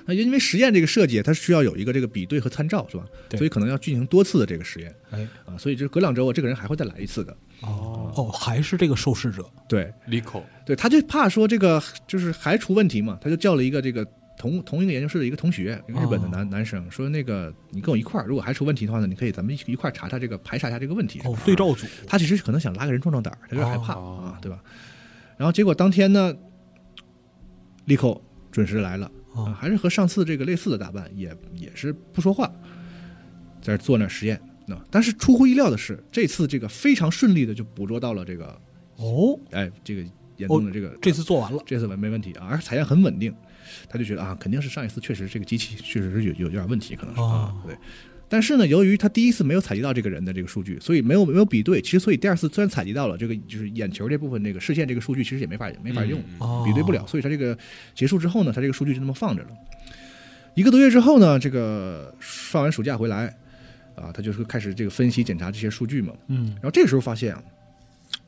那因为实验这个设计，它是需要有一个这个比对和参照，是吧？对所以可能要进行多次的这个实验哎啊，所以就隔两周，这个人还会再来一次的。哦哦，还是这个受试者对利口对，他就怕说这个就是还出问题嘛，他就叫了一个这个同同一个研究室的一个同学，一个日本哦的男、男生说，那个你跟我一块儿，如果还出问题的话呢，你可以咱们一一块儿查查这个排查一下这个问题。哦对照组，他其实可能想拉个人壮壮胆儿，他有点害怕、哦啊，对吧？然后结果当天呢，利口准时来了、啊，哦还是和上次这个类似的打扮，也也是不说话，在这做那儿实验。那、但是出乎意料的是，这次这个非常顺利的就捕捉到了这个，哦，哎，这个严重的这个、这次做完了，这次没没问题啊，而且采样很稳定，他就觉得啊，肯定是上一次确实这个机器确实是有有有点问题，可能是、哦啊，对。但是呢，由于他第一次没有采集到这个人的这个数据，所以没有没有比对。其实，所以第二次虽然采集到了这个就是眼球这部分这个视线这个数据，其实也没法没法用，嗯哦比对不了。所以他这个结束之后呢，他这个数据就那么放着了。一个多月之后呢，这个放完暑假回来，啊，他就是开始这个分析检查这些数据嘛。嗯，然后这个时候发现啊，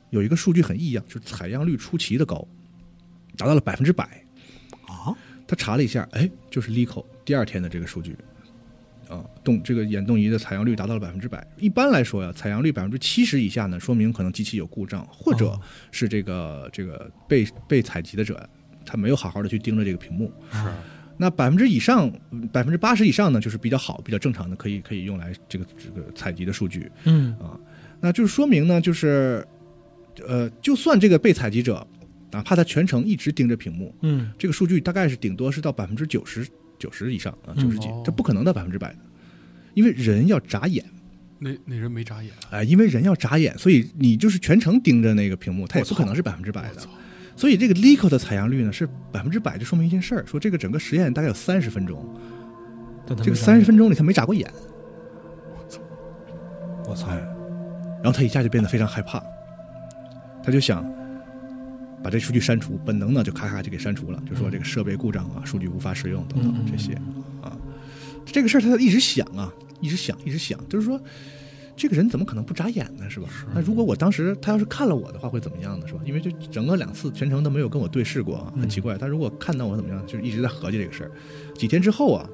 有一个数据很异样，就是采样率出奇的高，达到了百分之百。啊，他查了一下，哎，就是 Lico 第二天的这个数据，啊，动这个眼动仪的采样率达到了百分之百。一般来说呀，采样率百分之七十以下呢，说明可能机器有故障，或者哦是这个这个被被采集的者他没有好好的去盯着这个屏幕。是那百分之以上，百分之八十以上呢，就是比较好、比较正常的，可以可以用来这个这个采集的数据。嗯，那就是说明呢，就是，呃，就算这个被采集者，哪怕他全程一直盯着屏幕，嗯，这个数据大概是顶多是到百分之九十九十以上啊，嗯九十几哦，这不可能到百分之百的，因为人要眨眼，那那人没眨眼，哎、因为人要眨眼，所以你就是全程盯着那个屏幕，它也不可能是百分之百我的操。所以这个 Lico 的采样率呢是百分之百，就说明一件事儿，说这个整个实验大概有三十分钟，但他这个没三十想分钟里他没眨过眼，到，我操，哎，然后他一下就变得非常害怕，他就想把这数据删除，本能呢就咔咔就给删除了，就说这个设备故障啊，数据无法使用等等这些啊，这个事儿他一直想啊，一直想，一直想，就是说。这个人怎么可能不眨眼呢？是吧？那如果我当时他要是看了我的话，会怎么样呢？是吧？因为就整个两次全程都没有跟我对视过啊，很奇怪。他如果看到我怎么样，就是一直在合计这个事儿。几天之后啊，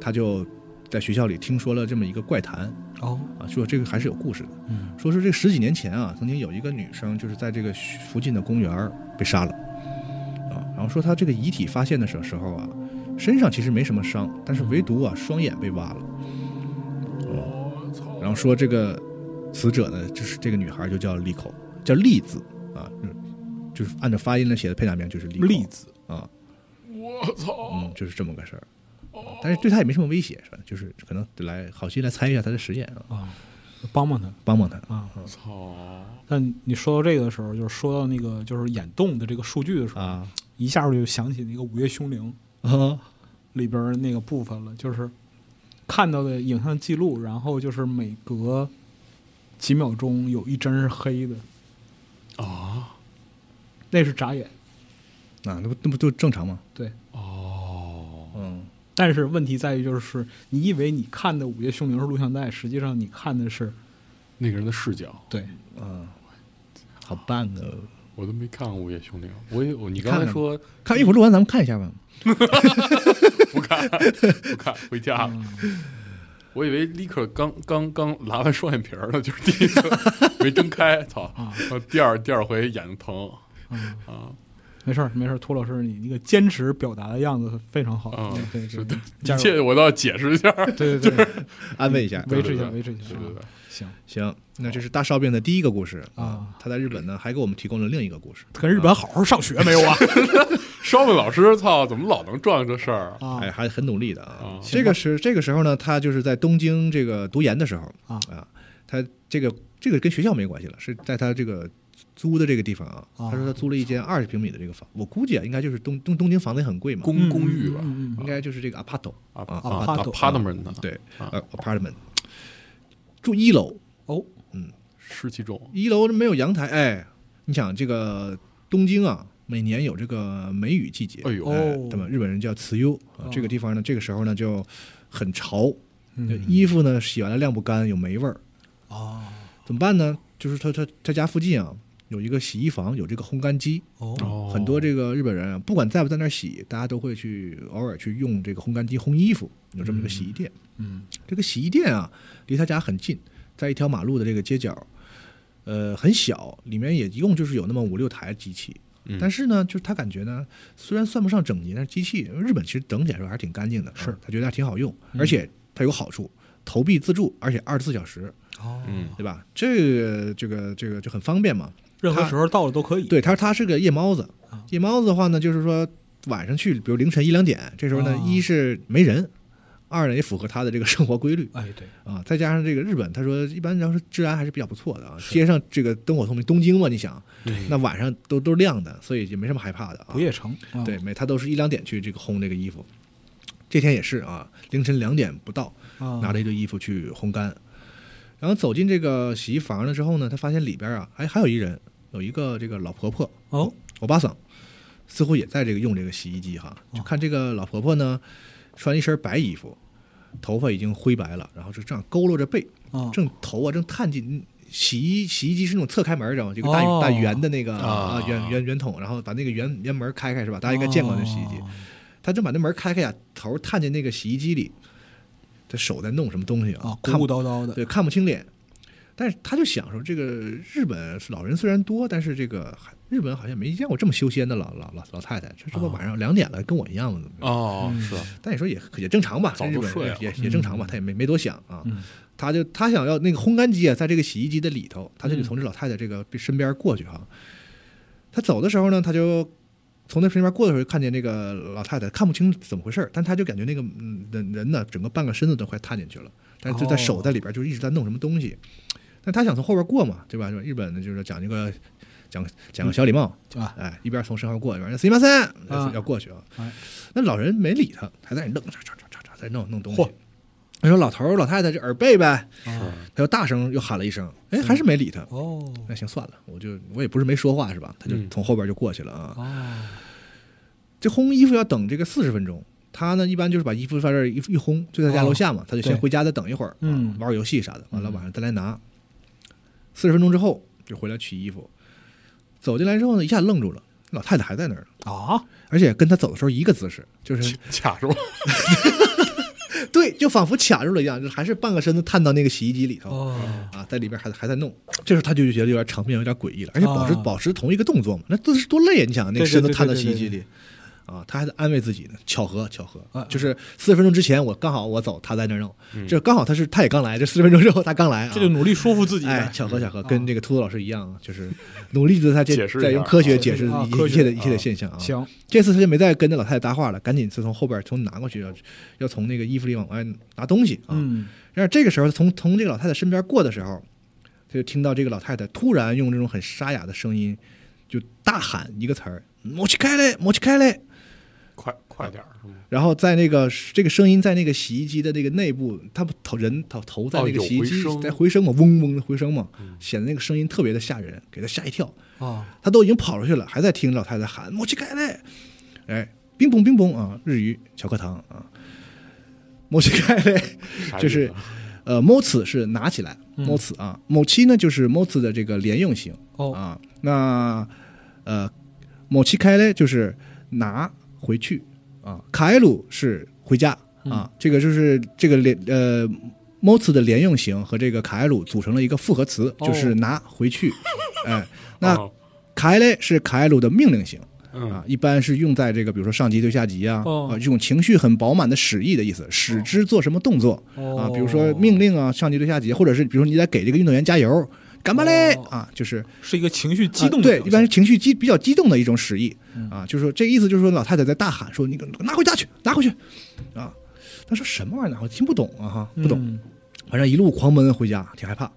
他就在学校里听说了这么一个怪谈，哦，啊，说这个还是有故事的。嗯，说是这十几年前啊，曾经有一个女生就是在这个附近的公园儿被杀了，啊，然后说她这个遗体发现的时时候啊，身上其实没什么伤，但是唯独啊双眼被挖了，哦我操，然后说这个死者呢，就是这个女孩就叫利口，叫栗子啊，嗯就是按照发音来写的配假名就是利口例子啊，我操，嗯，就是这么个事儿。啊但是对她也没什么威胁，是吧？就是可能来好心来参与一下她的实验啊，啊，帮帮他帮帮她。啊。我操，但你说到这个的时候，就是说到那个就是眼动的这个数据的时候，啊一下我就想起那个《午夜凶铃啊》里边那个部分了，就是看到的影像记录，然后就是每隔几秒钟有一帧是黑的，啊那是眨眼。啊，那不那不就正常吗？对，哦，嗯，但是问题在于，就是你以为你看的《午夜凶铃》是录像带，实际上你看的是那个人的视角对啊，好办哦！我都没看过《午夜凶铃》，我也我你看刚看才吧说看一会儿录完咱们看一下吧。不看不看，回家了。嗯我以为立刻刚刚刚拉完双眼皮儿呢，就是第一次没睁开，操！啊然后第二第二回眼睛疼嗯啊没事儿没事儿，涂老师你那个坚持表达的样子非常好，啊对！对是对的，嗯加一油切我都要解释一下。对对对，安慰一下。维持一下对对对维持一下对对对，行，行，那这是大烧饼的第一个故事啊。他在日本呢，还给我们提供了另一个故事。跟日本好好上学没 有啊？烧饼老师，操，怎么老能撞这事儿？啊哎，还很努力的啊啊。这个是这个时候呢，他就是在东京这个读研的时候啊他这个这个跟学校没关系了，是在他这个租的这个地方啊。啊他说他租了一间二十平米的这个房，我估计啊，应该就是东东东京房子也很贵嘛，公公寓吧，嗯嗯应该就是这个 apart 啊啊啊 Apart- apartment 呢？对啊呃 apartment，住一楼。哦，湿气重，一楼没有阳台，哎，你想这个东京啊，每年有这个梅雨季节，哎呦，哎哦那么日本人叫茨优啊哦，这个地方呢，这个时候呢就很潮，嗯衣服呢洗完了晾不干，有霉味儿，哦怎么办呢？就是他他他家附近啊有一个洗衣房，有这个烘干机，哦哦很多这个日本人啊，不管在不在那儿洗，大家都会去偶尔去用这个烘干机烘衣服，有这么一个洗衣店。嗯这个洗衣店啊，离他家很近，在一条马路的这个街角，呃，很小，里面也一共就是有那么五六台机器，嗯但是呢，就是他感觉呢，虽然算不上整洁，但是机器日本其实整体来说还是挺干净的，啊是嗯他觉得还挺好用，而且它有好处，投币自助，而且二十四小时，哦，嗯对吧？这个这个这个就很方便嘛。任何它时候到了都可以。对，它它是个夜猫子啊，夜猫子的话呢，就是说晚上去，比如凌晨一两点，这时候呢，啊一是没人，二呢也符合他的这个生活规律，哎，对，啊，再加上这个日本，他说一般要是治安还是比较不错的啊，是街上这个灯火通明，东京嘛，你想对那晚上都都是亮的，所以就没什么害怕的啊不。夜城，啊对，每他都是一两点去这个烘这个衣服，这天也是啊，凌晨两点不到，啊拿着一堆衣服去烘干，然后走进这个洗衣房了之后呢，他发现里边啊，哎，还有一人，有一个这个老婆婆，哦，欧巴桑，似乎也在这个用这个洗衣机哈。哦就看这个老婆婆呢，穿一身白衣服，头发已经灰白了，然后就这样佝偻着背，啊正头啊正探进洗衣洗衣机是那种侧开门，知道吗？这个大、哦大圆的那个啊啊圆圆圆筒，然后把那个圆圆门开开是吧？大家应该见过那洗衣机。哦他正把那门开开呀、头探进那个洗衣机里，他手在弄什么东西啊？啊，看不鼓鼓叨叨的，对，看不清脸。但是他就想说，这个日本老人虽然多，但是这个还日本好像没见过这么修仙的老老老老太太。这这不啊晚上两点了，跟我一样吗？怎么着哦，嗯是啊，但你说也也正常吧，早在日就本睡人了也也正常吧，嗯他也没没多想啊。嗯他就他想要那个烘干机啊，在这个洗衣机的里头，他就得从这老太太这个身边过去哈、他走的时候呢，他就从那身边过的时候，就看见这个老太太看不清怎么回事儿，但他就感觉那个嗯人人呢，整个半个身子都快探进去了，但是就在哦手在里边就一直在弄什么东西。但他想从后边过嘛，对吧？对吧？日本呢就是讲这个讲讲个小礼貌，对吧？哎，一边从身后过，一边谁马三啊要过去啊哎。那老人没理他，还在那弄，喳喳喳喳喳在弄弄东西嚯。他说：“老头儿老太太，这耳背呗。”啊他又大声又喊了一声，哎，还是没理他。哦那行算了，我就我也不是没说话是吧？他就嗯从后边就过去了啊。哦，这烘衣服要等这个四十分钟，他呢一般就是把衣服放这儿一一烘，就在家楼下嘛，他就先哦对回家再等一会儿，嗯啊玩会儿游戏啥的，完了嗯晚上再来拿。四十分钟之后就回来取衣服，走进来之后呢，一下愣住了，老太太还在那儿呢。啊，而且跟他走的时候一个姿势，就是卡住了， 对，就仿佛卡住了一样，就还是半个身子探到那个洗衣机里头、哦，啊，在里边还还在弄。这时候他就觉得有点场面有点诡异了，而且保持、啊保持同一个动作嘛，那姿势多累啊！你想那个对对身子对探到对洗衣对机对里。啊，他还在安慰自己呢，巧合，巧合，啊就是四十分钟之前我刚好我走，他在那儿弄，嗯这刚好他是他也刚来，这四十分钟之后他刚来啊，这就努力说服自己哎呗，，巧合巧合，啊跟这个秃子老师一样，啊就是努力的在嗯解释一在下用科学啊解释啊一科一切的学一切的啊现象啊，行，这次他就没再跟那老太太搭话了，赶紧是从后边从拿过去，要要从那个衣服里往外拿东西啊。嗯，然而这个时候，从从这个老太太身边过的时候，他就听到这个老太太突然用这种很沙哑的声音，就大喊一个词儿：“莫去开嘞，莫去开嘞 快快点儿，是吗？”然后在那个这个声音在那个洗衣机的那个内部，他们头人头头在哦那个有洗衣回机声在回声嘛，嗡嗡的回声嘛嗯，显得那个声音特别的吓人，给他吓一跳。哦啊，他都已经跑出去了，还在听老太太喊“莫去开嘞”，哎，冰崩冰崩啊，日语小课堂啊，莫去开嘞，啥就意思是呃，摸此是拿起来，嗯摸此啊，某期呢就是摸此的这个连用型哦，啊，那呃，某期开嘞就是拿回去啊，开鲁是回家啊，这个就是这个连呃。m o 的连用型和这个卡埃鲁组成了一个复合词，哦就是拿回去。哎，那哦卡埃勒是卡埃鲁的命令型嗯啊，一般是用在这个比如说上级对下级啊，哦啊这种情绪很饱满的使役的意思，使之做什么动作哦啊，比如说命令啊，上级对下级，或者是比如说你在给这个运动员加油，干嘛嘞哦啊，就是是一个情绪激动啊的对表，现，一般是情绪激比较激动的一种使役嗯啊，就是说这个意思就是说老太太在大喊说你给拿回家去，拿回去啊，他说什么玩意儿拿回去听不懂啊哈，不懂，嗯，反正一路狂奔回家，挺害怕。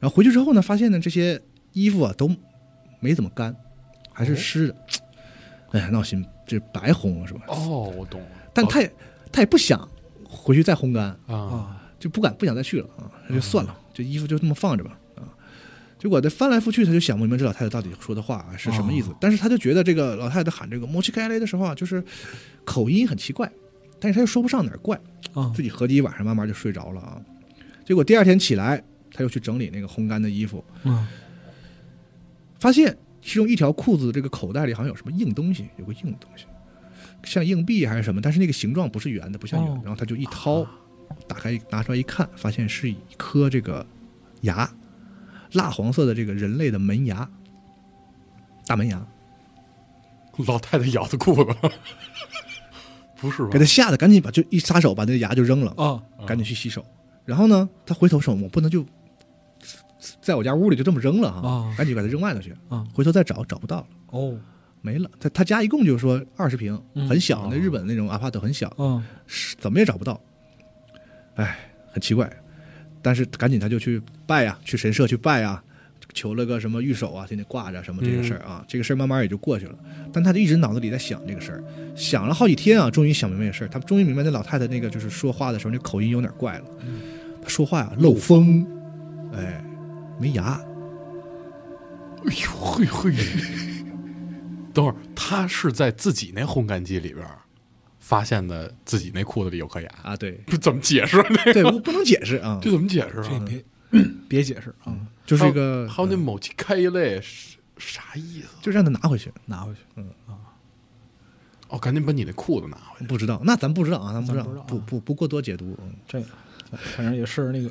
然后回去之后呢，发现呢这些衣服啊都没怎么干，还是湿的。哎呀，闹心，这白烘了啊是吧？哦，我懂了，但他也他也不想回去再烘干，啊，啊，就不敢不想再去了啊，那就算了，这衣服就这么放着吧啊。结果这翻来覆去，他就想不明白这老太太到底说的话、啊、是什么意思。但是他就觉得这个老太太喊这个“莫奇盖雷”的时候啊，就是口音很奇怪，但是他又说不上哪儿怪。啊自己合计一晚上，慢慢就睡着了啊。结果第二天起来，他又去整理那个烘干的衣服，嗯，发现其中一条裤子这个口袋里好像有什么硬东西，有个硬东西，像硬币还是什么，但是那个形状不是圆的，不像圆。哦然后他就一掏，打开拿出来一看，发现是一颗这个牙，蜡黄色的这个人类的门牙，大门牙。老太太咬她裤子， 不是吧给？他吓得赶紧把就一撒手把那个牙就扔了，啊，赶紧去洗手。然后呢，他回头说：“我不能就在我家屋里就这么扔了哈，啊赶紧把它扔外头去。啊回头再找找不到了，哦，没了。他他家一共就说二十平，嗯很小，那哦日本那种 apart 很小，嗯是怎么也找不到。哎，很奇怪。但是赶紧他就去拜呀、去神社去拜呀、求了个什么御守啊，天天挂着什么这个事儿啊，这个事儿慢慢也就过去了。但他就一直脑子里在想这个事儿，想了好几天啊，终于想明白这事儿。他终于明白那老太太那个就是说话的时候那口音有点怪了，她说话啊漏风，哎，没牙。哎呦嘿嘿，等会儿他是在自己那烘干机里边儿发现的，自己那裤子里有颗牙，啊，对这怎么解释？ 这对，我不能解释啊，嗯这怎么解释这啊？别 别解释啊，就是一个，还有那嗯某其开一类是啥意思？就让他拿回去，拿回去。哦，赶紧把你那裤子拿回来。不知道，那咱不知道啊，咱不知道，咱不知道啊不不不过多解读，嗯这个反正也是那个，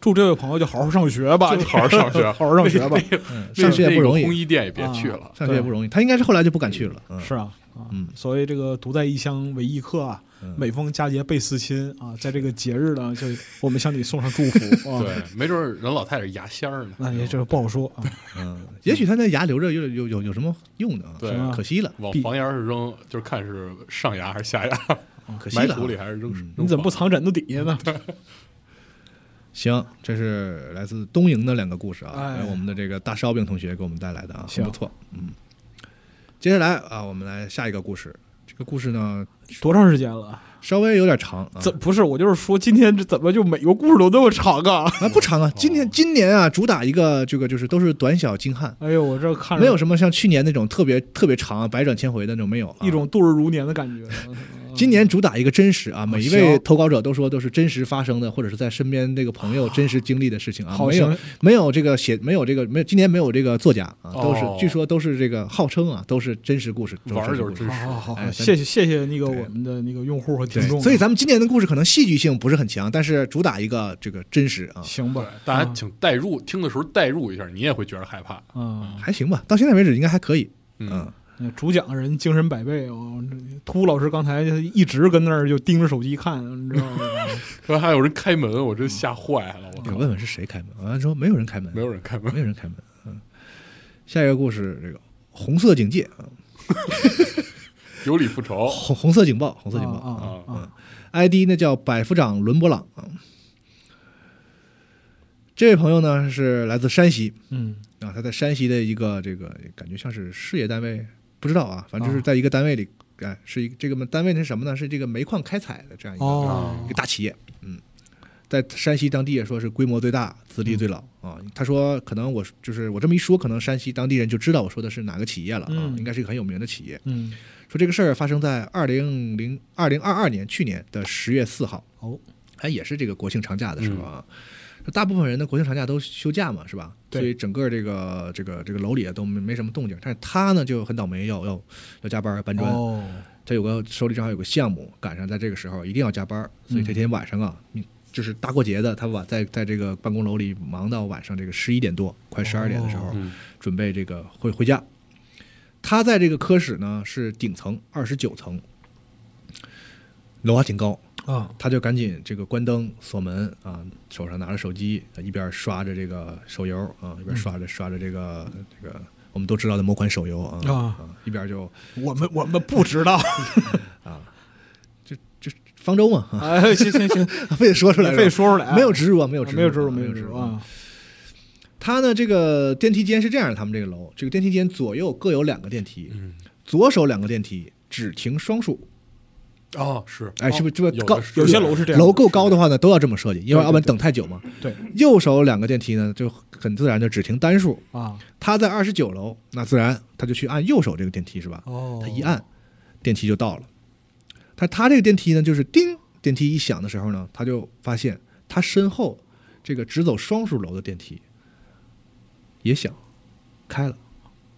祝这位朋友就好好上学吧，就好好上学 好好上 学吧。嗯上学也不容易啊那个烘衣店也别去了。上学也不容易，他应该是后来就不敢去了。嗯，是啊，啊嗯所谓这个独在异乡为异客啊，每逢佳节倍思亲啊，在这个节 日呢，就我们向你送上祝福啊。对，没准儿人老太太是牙仙儿呢，那也这个不好说啊，嗯，也许他那牙留着有有有有什么用呢？对是吧可惜了，往房檐儿上扔，就是看是上牙还是下牙，可惜埋了土里啊。还是扔嗯？你怎么不扔藏枕头底下 呢？行，这是来自东营的两个故事啊，哎来我们的这个大烧饼同学给我们带来的啊，很行不错。嗯，接下来啊，我们来下一个故事。这个故事呢，多长时间了？稍微有点长啊，怎不是我就是说，今天这怎么就每个故事都那么长啊？ 啊不长啊。今天今年啊，主打一个这个就是都是短小精悍，哎呦，我这看着没有什么像去年那种特别特别长啊、百转千回的那种没有啊。一种度日如年的感 觉。嗯今年主打一个真实哦啊，每一行位投稿者都说都是真实发生的，或者是在身边这个朋友真实经历的事情啊，好没有行没有这个写没有这个没有今年没有这个作家啊，哦都是据说都是这个号称啊都是真实故事，玩儿就是真实实。好好好哎咱好，谢谢谢谢那个对我们的那个用户和故事。听众对，啊，所以咱们今年的故事可能戏剧性不是很强，但是主打一个这个真实啊，行吧对，，大家啊请代入，听的时候代入一下，你也会觉得害怕。啊，还行吧，到现在为止应该还可以，嗯，那主讲人精神百倍哦。这秃老师刚才一直跟那儿就盯着手机看，你知道吗？说还有人开门，我真吓坏了，我得靠，问问是谁开门，完了之后没有人开门，没有人开门没有人开门，嗯，下一个故事这个红色警戒啊，有理 不愁红红色警报，红色警报啊啊啊。啊 ID 那叫百夫长伦勃朗啊。这位朋友呢是来自山西嗯啊，他在山西的一个这个感觉像是事业单位，不知道啊，反正哦就是在一个单位里，哎，是一这个单位是什么呢？是这个煤矿开采的这样一个、哦一个大企业，嗯，在山西当地也说是规模最大、资历最老、嗯啊。他说可能我就是我这么一说，可能山西当地人就知道我说的是哪个企业了啊，嗯应该是一个很有名的企业。嗯说这个事儿发生在二零零二零二二年去年的十月四号，哦，嗯哎，也是这个国庆长假的时候啊。说大部分人的国庆长假都休假嘛，是吧？对所以整个这个这个这个楼里啊都没没什么动静，但是他呢就很倒霉，要要要加班搬砖。哦，他有个手里正好有个项目，赶上在这个时候一定要加班，所以这天晚上啊，你就是大过节的，他晚在在这个办公楼里忙到晚上这个十一点多，快十二点的时候，嗯准备这个回回家。他在这个科室呢是顶层二十九层，楼还挺高，啊他就赶紧这个关灯锁门啊，手上拿着手机，一边刷着这个手游啊，一边刷着刷着这个这个我们都知道的某款手游啊啊一边就我们我们不知 道，就方舟嘛，啊哎，行行行，非得说出来是吧，非说出来啊，没有植入啊，没有植入啊，没有植入，没没有植植入入。啊，他呢，这个电梯间是这样的，他们这个楼，这个电梯间左右各有两个电梯，嗯，左手两个电梯只停双数，哦，是哎，是不是这有不的高？是有些楼是这样的，楼够高的话呢，都要这么设计，因为要不然等太久嘛。对右手两个电梯呢，就很自然就只停单数。啊，他在二十九楼，那自然他就去按右手这个电梯是吧？哦，他一按，电梯就到了。但他这个电梯呢，就是叮，电梯一响的时候呢，他就发现他身后这个只走双数楼的电梯也响，开了，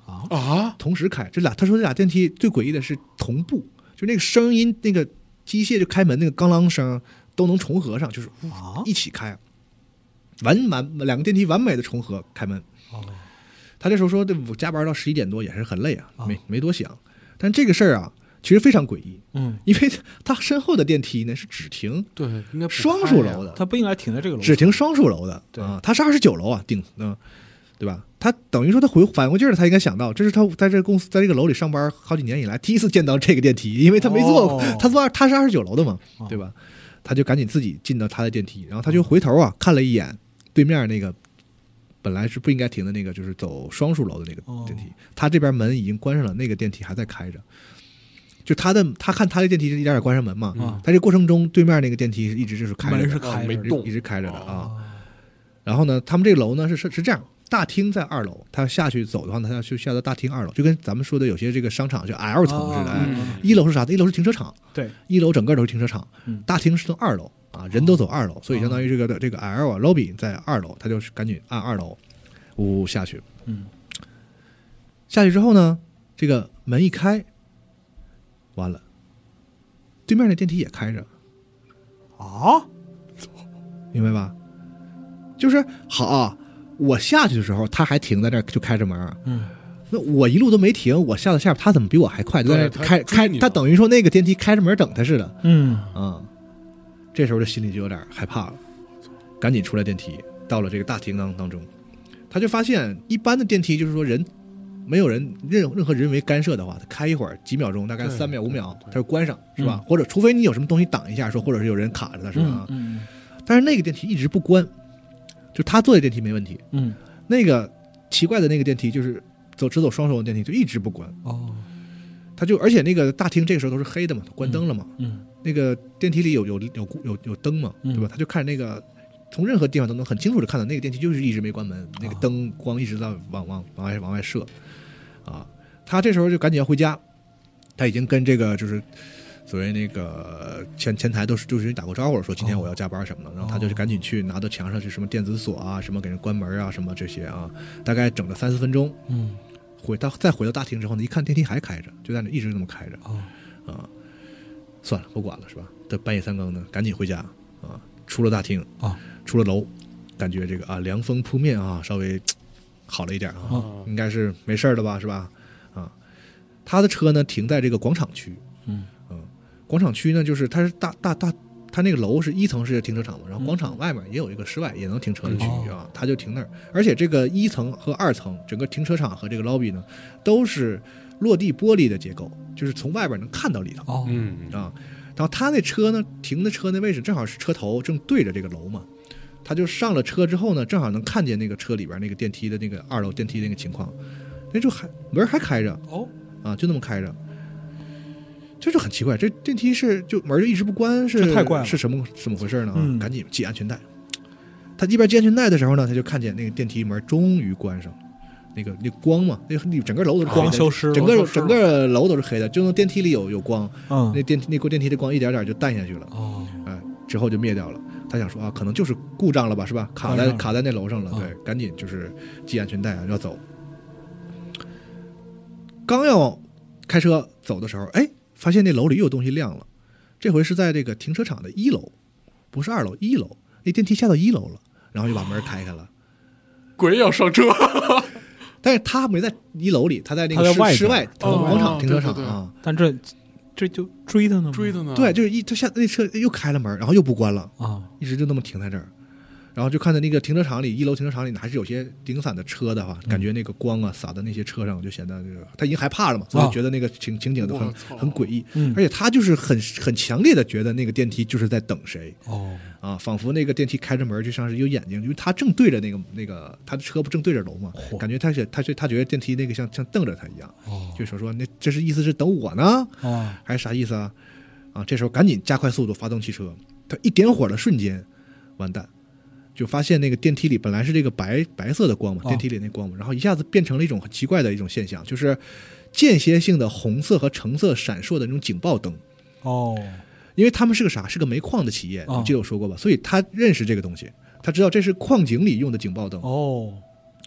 啊，啊，同时开。这俩他说这俩电梯最诡异的是同步，就那个声音，那个机械就开门那个咣啷声都能重合上，就是啊一起开，完满两个电梯完美的重合开门。他这时候说，对，我加班到十一点多也是很累啊，没没多想。但这个事儿啊，其实非常诡异，嗯，因为他身后的电梯呢是只停对，应该不双开数呀楼的，他不应该停在这个楼只上，停双数楼的，对啊，他是二十九楼啊，顶嗯，对吧？他等于说他回反过劲儿了，他应该想到，这是他在这个公司在这个楼里上班好几年以来第一次见到这个电梯，因为他没坐过，哦他坐二他是二十九楼的嘛哦，对吧？他就赶紧自己进到他的电梯，然后他就回头啊看了一眼对面那个本来是不应该停的那个，就是走双数楼的那个电哦梯，他这边门已经关上了，那个电梯还在开着。就他的，他看他的电梯是一点点关上门嘛，嗯在这过程中，对面那个电梯是一直就是开着的，门是开着哦没的一动直一直开着的啊。哦然后呢，他们这个楼呢是是是这样，大厅在二楼，他要下去走的话呢，他要去下到大厅二楼，就跟咱们说的有些这个商场就 L 层似的。哎嗯一楼是啥？一楼是停车场，对，一楼整个都是停车场嗯，大厅是从二楼啊，人都走二楼，所以相当哦于这个这个 L 啊 lobby 在二楼，他就是赶紧按二楼，呜呜下去。嗯，下去之后呢，这个门一开，完了，对面那电梯也开着，啊，明白吧？就是好、我下去的时候他还停在那儿就开着门儿，啊嗯，那我一路都没停，我下到下边，他怎么比我还快？就在那儿对他开追开你，呢他等于说那个电梯开着门等他似的嗯，啊、这时候就心里就有点害怕了，赶紧出来电梯，到了这个大厅当当中，他就发现一般的电梯就是说人没有人任任何人为干涉的话，它开一会儿几秒钟，大概对三秒五秒，对嗯它就关上，是吧？或者除非你有什么东西挡一下，说或者是有人卡着它，是吧？啊嗯嗯但是那个电梯一直不关，就他坐的电梯没问题，嗯，那个奇怪的那个电梯就是走只走双手的电梯就一直不关，哦，他就而且那个大厅这个时候都是黑的嘛，关灯了嘛，嗯那个电梯里有有有有有灯嘛，嗯对吧？他就看那个从任何地方都能很清楚的看到那个电梯就是一直没关门，那个灯光一直在往往往外往外射，啊，他这时候就赶紧要回家，他已经跟这个就是。所谓那个前前台都是就是打过招呼了，说今天我要加班什么的，然后他就赶紧去拿到墙上去什么电子锁啊，什么给人关门啊，什么这些啊，大概整了三四分钟，嗯，回到再回到大厅之后呢，一看电梯还开着，就在那一直那么开着哦，啊，算了，不管了是吧？这半夜三更的，赶紧回家啊！出了大厅啊，出了楼，感觉这个啊凉风扑面啊，稍微好了一点啊，啊应该是没事儿了吧，是吧？啊，他的车呢停在这个广场区，啊嗯广场区呢就是它是大大大，它那个楼是一层是停车场嘛，然后广场外面也有一个室外也能停车的区域啊，他就停那儿，而且这个一层和二层整个停车场和这个 lobby 呢都是落地玻璃的结构，就是从外边能看到里头。哦，嗯，啊。然后他那车呢，停的车那位置正好是车头正对着这个楼嘛，他就上了车之后呢，正好能看见那个车里边那个电梯的那个二楼电梯那个情况，那就还门还开着哦啊，就那么开着，这就很奇怪，这电梯是就门就一直不关，是这太怪了是什么怎么回事呢？啊嗯赶紧系安全带。他一边系安全带的时候呢，他就看见那个电梯门终于关上了，那个那光嘛，那那整个楼都是黑的光消失了整光消个失整了个楼都是黑的，就那电梯里有有光，嗯那，电梯那锅电梯的光一点点就淡下去了，哦，哎，之后就灭掉了。他想说啊，可能就是故障了吧，是吧？卡故在障卡在那楼上了，啊对，赶紧就是系安全带啊，要走。刚要开车走的时候，哎，发现那楼里又有东西亮了，这回是在这个停车场的一楼，不是二楼，一楼。那电梯下到一楼了，然后就把门开开了。鬼也要上车，嗯但是他没在一楼里，他在那他在个室外边室外哦广场停车场对对嗯对啊。但这这就追他呢吗？追的呢，对，就是一他下那车又开了门，然后又不关了。啊，一直就那么停在这儿，然后就看到那个停车场里，一楼停车场里呢还是有些顶散的车的哈，嗯感觉那个光啊洒在那些车上，就显得这个他已经害怕了嘛，所以觉得那个情情景都很我操很诡异，啊嗯而且他就是很很强烈的觉得那个电梯就是在等谁哦，啊，仿佛那个电梯开着门就像是有眼睛，因为他正对着那个那个他的车不正对着楼嘛，感觉他是他是他觉得电梯那个像像瞪着他一样，哦，就说说那这是意思是等我呢，哦，还是啥意思啊？啊，这时候赶紧加快速度发动汽车，他一点火的瞬间，完蛋，就发现那个电梯里本来是这个白白色的光嘛，哦电梯里那光嘛，然后一下子变成了一种很奇怪的一种现象，就是间歇性的红色和橙色闪烁的那种警报灯。哦，因为他们是个啥？是个煤矿的企业，哦我记得我说过吧，所以他认识这个东西，他知道这是矿井里用的警报灯。哦，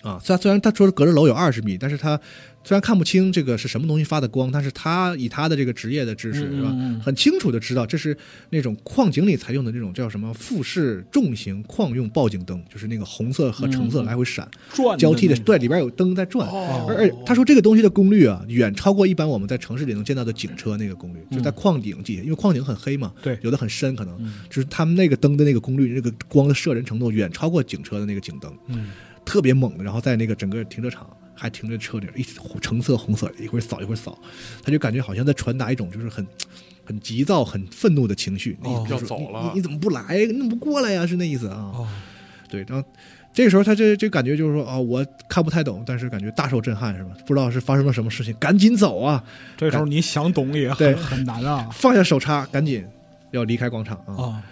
啊，虽然虽然他说是隔着楼有二十米，但是他虽然看不清这个是什么东西发的光，但是他以他的这个职业的知识是吧，很清楚的知道这是那种矿井里才用的那种叫什么复式重型矿用报警灯，就是那个红色和橙色来回闪、转交替的，的那种对，里边有灯在转。哦而而他说这个东西的功率啊，远超过一般我们在城市里能见到的警车那个功率，就在矿井底下，因为矿井很黑嘛，对有的很深，可能就是他们那个灯的那个功率，那个光的射人程度远超过警车的那个警灯，嗯，特别猛的，然后在那个整个停车场还停着车里，一直橙色红色一会儿扫一会儿扫，他就感觉好像在传达一种就是很。很急躁、很愤怒的情绪，那意思要就是走你了你你怎么不来？你怎么不过来呀、是那意思啊。哦，对，然后这个时候他这这感觉就是说啊、我看不太懂，但是感觉大受震撼，是吧？不知道是发生了什么事情，赶紧走啊！这时候你想懂也对很很难啊放下手叉，赶紧要离开广场啊！啊，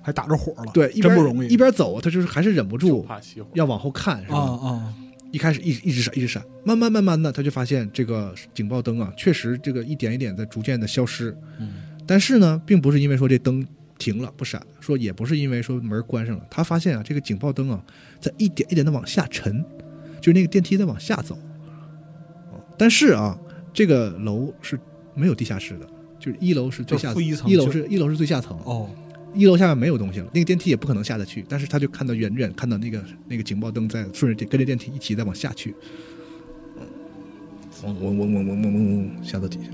还打着火了，对，一真边不容易，一边走，他就是还是忍不就住怕熄火。要往后看，是吧？啊啊，一开始一直一直闪，一直闪，慢慢慢慢的，他就发现这个警报灯啊，确实这个一点一点在逐渐的消失。嗯但是呢，并不是因为说这灯停了不闪，说也不是因为说门关上了，他发现啊，这个警报灯啊，在一点一点的往下沉，就是那个电梯在往下走。哦但是啊，这个楼是没有地下室的，就是一楼是最下就负一层楼是一楼是最下层，哦，一楼下面没有东西了，那个电梯也不可能下得去。但是他就看到远远看到那个那个警报灯在顺着电跟着电梯一起在往下去，哦嗡嗡嗡嗡嗡嗡嗡嗡下到底下。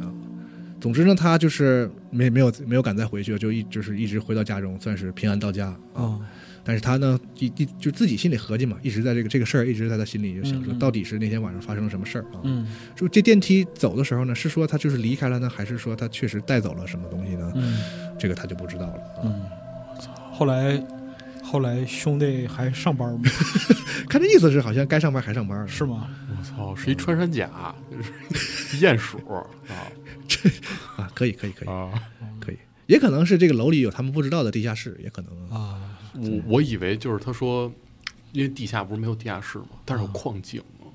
总之呢，他就是没没有没有敢再回去，就一就是一直回到家中，算是平安到家啊，但是他呢，一一就自己心里合计嘛，一直在这个这个事儿一直在他心里就想说，嗯嗯到底是那天晚上发生了什么事儿啊？嗯说这电梯走的时候呢，是说他就是离开了呢，还是说他确实带走了什么东西呢？嗯这个他就不知道了啊。嗯，后来后来兄弟还上班吗？看这意思是好像该上班还上班了，是吗？我操，是一穿山甲，就是 鼹鼠啊啊，可以可以可以啊！可以，也可能是这个楼里有他们不知道的地下室，也可能啊啊，我我以为就是他说，因为地下不是没有地下室嘛，但是有矿井嘛。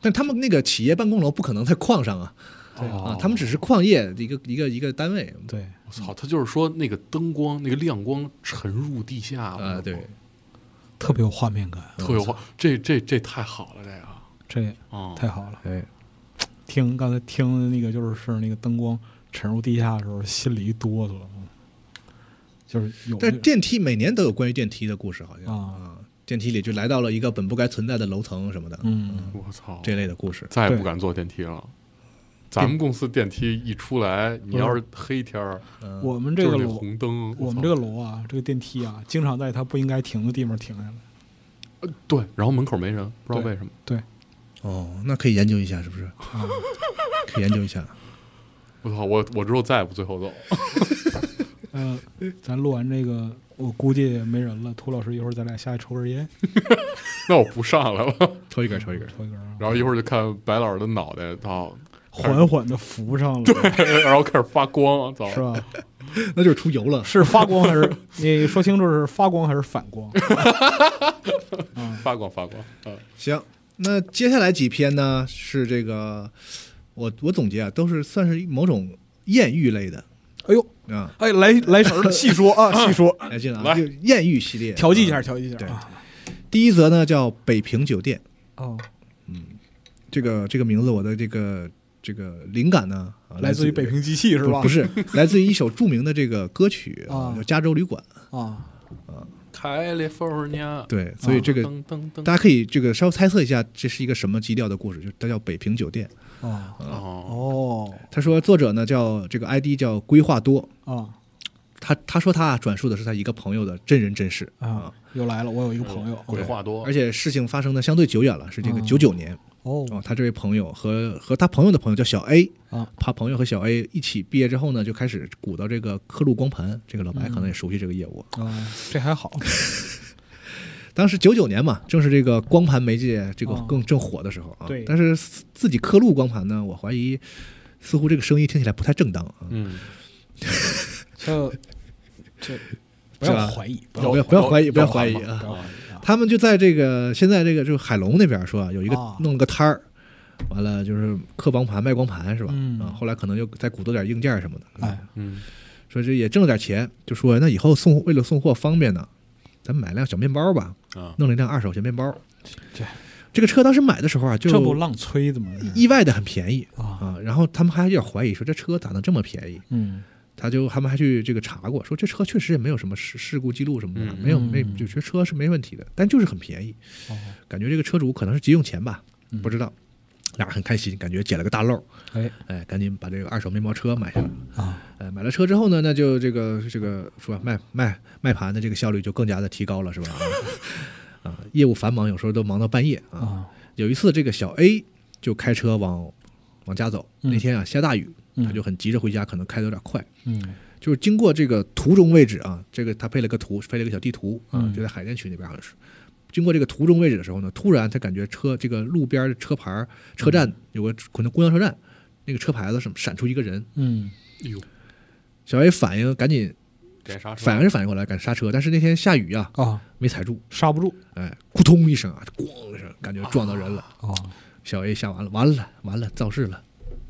但他们那个企业办公楼不可能在矿上啊对啊哦，他们只是矿业的一个一个一个单位，对，我操，他就是说那个灯光那个亮光沉入地下啊对，特别有画面感，特有画，这这这太好了，这个这啊，太好了。哎，听刚才听那个就是是那个灯光沉入地下的时候，心里一哆嗦，嗯就是有那但个是电梯每年都有关于电梯的故事，好像啊啊，电梯里就来到了一个本不该存在的楼层什么的嗯我操，这类的故事，再也不对敢坐电梯了。咱们公司电梯一出来，你要是黑天儿，嗯，我们这就个是那楼，红灯，我们操这个楼啊，这个电梯啊，经常在它不应该停的地方停下来。呃对，然后门口没人，不知道对为什么。哦，那可以研究一下是不是？啊， 可以研究一下，我操，我我之后再也不最后走。 嗯，咱录完这个，我估计没人了。涂老师，一会儿咱俩下去抽根烟，那我不上来了。 抽一根抽一根，抽一根啊，然后一会儿就看白老师的脑袋，操， 缓缓的浮上来，然后开始发光，操，是吧？ 那就是出油了，是发光还 是你说清楚是发光还是反光？ 发光发光，嗯，行，那接下来几篇呢是这个，我我总结啊，都是算是某种艳遇类的哎呦，啊，哎，来来神儿了，细说啊，细 说，来进来啊，来就艳遇系列，调剂一下，啊。调剂一下对啊。第一则呢叫北平酒店，哦，这个这个名字我的这个这个灵感呢，啊、来自于北平机器是吧？不不是，来自于一首著名的这个歌曲啊 啊，叫《加州旅馆》。啊， c 利 l 尼亚，对，所以这个。啊噔噔噔，大家可以这个稍微猜测一下，这是一个什么基调的故事？就它叫《北平酒店》。哦，哦，哦，他说作者呢叫这个 ID 叫规划多，啊他他说他啊转述的是他一个朋友的真人真事啊，又来了，我有一个朋友，鬼哦话多而，且事情发生的相对久远了，是这个嗯九九年哦哦。他这位朋友和和他朋友的朋友叫小 A 啊，他朋友和小 A 一起毕业之后呢，就开始鼓捣这个刻录光盘。这个老白嗯可能也熟悉这个业务。啊，这还好，当时九九年嘛，正是这个光盘媒介这个哦更正火的时候啊。对但是自自己刻录光盘呢，我怀疑似乎这个生意听起来不太正当啊。嗯，这 这不是吧要怀疑，不不要不要怀疑，不要怀疑啊！要怀疑啊，他们就在这个现在这个就是海龙那边说啊，有一个啊弄了个摊儿，完了就是刻光盘卖光盘是吧？嗯啊，后来可能又再鼓捣点硬件什么的，哎，嗯，说这也挣了点钱，就说那以后送为了送货方便呢，咱们买辆小面包吧，啊，弄了一辆二手小面包。这这个车当时买的时候啊，就这不浪吹的吗？意外的很便宜啊，啊。然后他们还有点怀疑，说这车咋能这么便宜？嗯，他就他们还去这个查过，说这车确实也没有什么事事故记录什么的，嗯没有没嗯就觉得车是没问题的，但就是很便宜。哦感觉这个车主可能是急用钱吧，嗯不知道。俩人很开心，感觉捡了个大漏，哎哎，赶紧把这个二手面包车买下来。啊，呃，买了车之后呢，那就这个这个说卖卖卖盘的这个效率就更加的提高了， 是吧？啊，啊业务繁忙，有时候都忙到半夜啊。啊有一次，这个小 A 就开车往往家走，嗯那天啊下大雨，嗯他就很急着回家，可能开的有点快，嗯就是经过这个途中位置啊，这个他配了个图，配了个小地图啊嗯，就在海淀区那边好像是。经过这个途中位置的时候呢，突然他感觉车这个路边的车牌儿车站有个可能公交车站那个车牌子什么闪出一个人，嗯哎呦，小 A 反应赶紧点刹车，反应是反应过来赶刹车，但是那天下雨啊，啊，没踩住，刹不住哎，扑通一声啊，咣一声，感觉撞到人了。啊小 A 吓完了，完了完了，肇事了，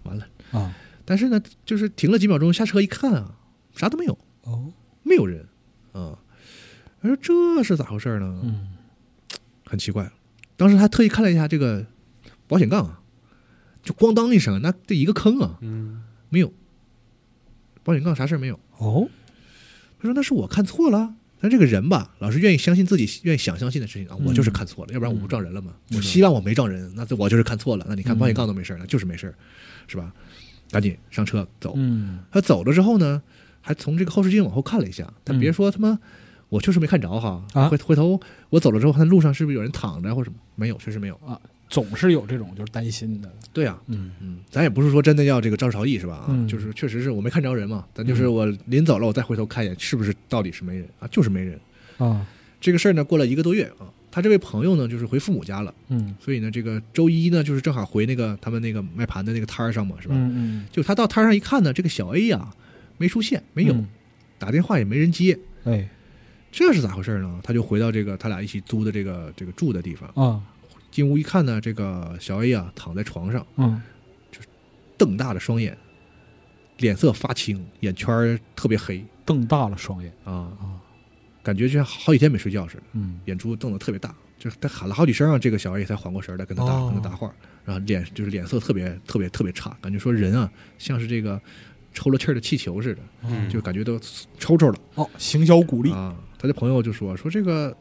完了。啊但是呢，就是停了几秒钟，下车一看啊，啥都没有，哦，没有人啊。他说这是咋回事呢？嗯很奇怪。当时他特意看了一下这个保险杠啊，就咣当一声，那这一个坑啊，嗯，没有，保险杠啥事儿没有。哦他说那是我看错了。啊但这个人吧，老是愿意相信自己愿意想相信的事情啊，嗯我就是看错了，要不然我不撞人了嘛。嗯我希望我没撞人，那我就是看错了。那你看保险杠都没事儿，那就是没事儿，是吧？赶紧上车走。嗯他走了之后呢，还从这个后视镜往后看了一下。他别说他妈，我确实没看着哈。嗯啊回回头我走了之后，看路上是不是有人躺着或什么？没有，确实没有。啊，总是有这种就是担心的，对啊，嗯嗯，咱也不是说真的要这个照少义是吧？啊，嗯就是确实是我没看着人嘛，咱就是我临走了，我再回头看一眼，是不是到底是没人啊？就是没人。啊这个事儿呢，过了一个多月啊，他这位朋友呢，就是回父母家了，嗯所以呢，这个周一呢，就是正好回那个他们那个卖盘的那个摊儿上嘛，是吧？嗯嗯就他到摊儿上一看呢，这个小 A 啊没出现，没有、嗯打电话也没人接，哎这是咋回事儿呢？他就回到这个他俩一起租的这个这个住的地方，啊进屋一看呢，这个小 A 啊躺在床上，嗯瞪大了双眼，脸色发青，眼圈儿特别黑瞪大了双眼啊啊，感觉就像好几天没睡觉似的，嗯眼珠瞪得特别大，就是他喊了好几声啊，这个小 A 才缓过神儿来跟他搭、哦跟他搭话，然后脸就是脸色特别特别特别差，感觉说人啊像是这个抽了气儿的气球似的，嗯就感觉都抽抽了。哦，行销鼓励啊，他的朋友就说说这个，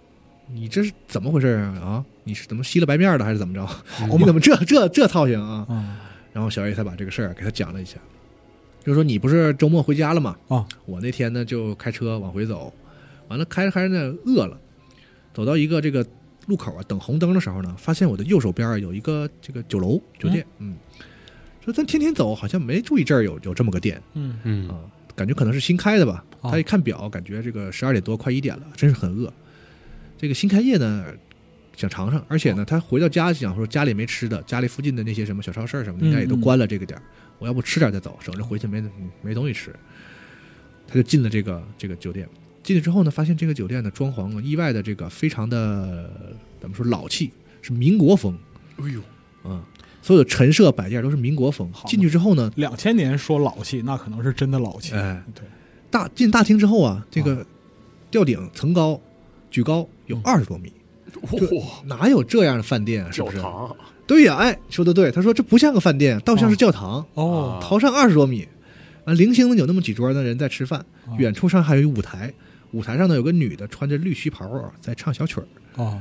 你这是怎么回事啊？啊，你是怎么吸了白面儿的还是怎么着？好你怎么这这这操行啊？啊然后小 A 才把这个事儿给他讲了一下，就说你不是周末回家了吗？啊，我那天呢就开车往回走，完了开着开着呢饿了，走到一个这个路口啊，等红灯的时候呢，发现我的右手边儿有一个这个酒楼酒店，嗯，说咱天天走好像没注意这儿有有这么个店，嗯嗯，啊，感觉可能是新开的吧。啊他一看表，感觉这个十二点多快一点了，真是很饿。这个新开业呢，想尝尝，而且哦呢，他回到家想说家里没吃的，家里附近的那些什么小超市什么的，嗯应该也都嗯关了这个点儿。我要不吃点再走，省着回去没没东西吃。他就进了这个这个酒店，进去之后呢，发现这个酒店的装潢啊，意外的这个非常的怎么说老气，是民国风哎呦，啊，所有的陈设摆件都是民国风。好嘛进去之后呢，两千年说老气，那可能是真的老气。哎，对，大进大厅之后啊，这个吊顶层高举高有嗯二十多米，哇，哪有这样的饭店啊？是教不是？堂对呀、哎，说的对。他说这不像个饭店，倒像是教堂，哦，啊朝上二十多米，啊，零星的有那么几桌的人在吃饭，啊远处上还有一舞台，舞台上呢有个女的穿着绿旗袍啊，在唱小曲儿哦，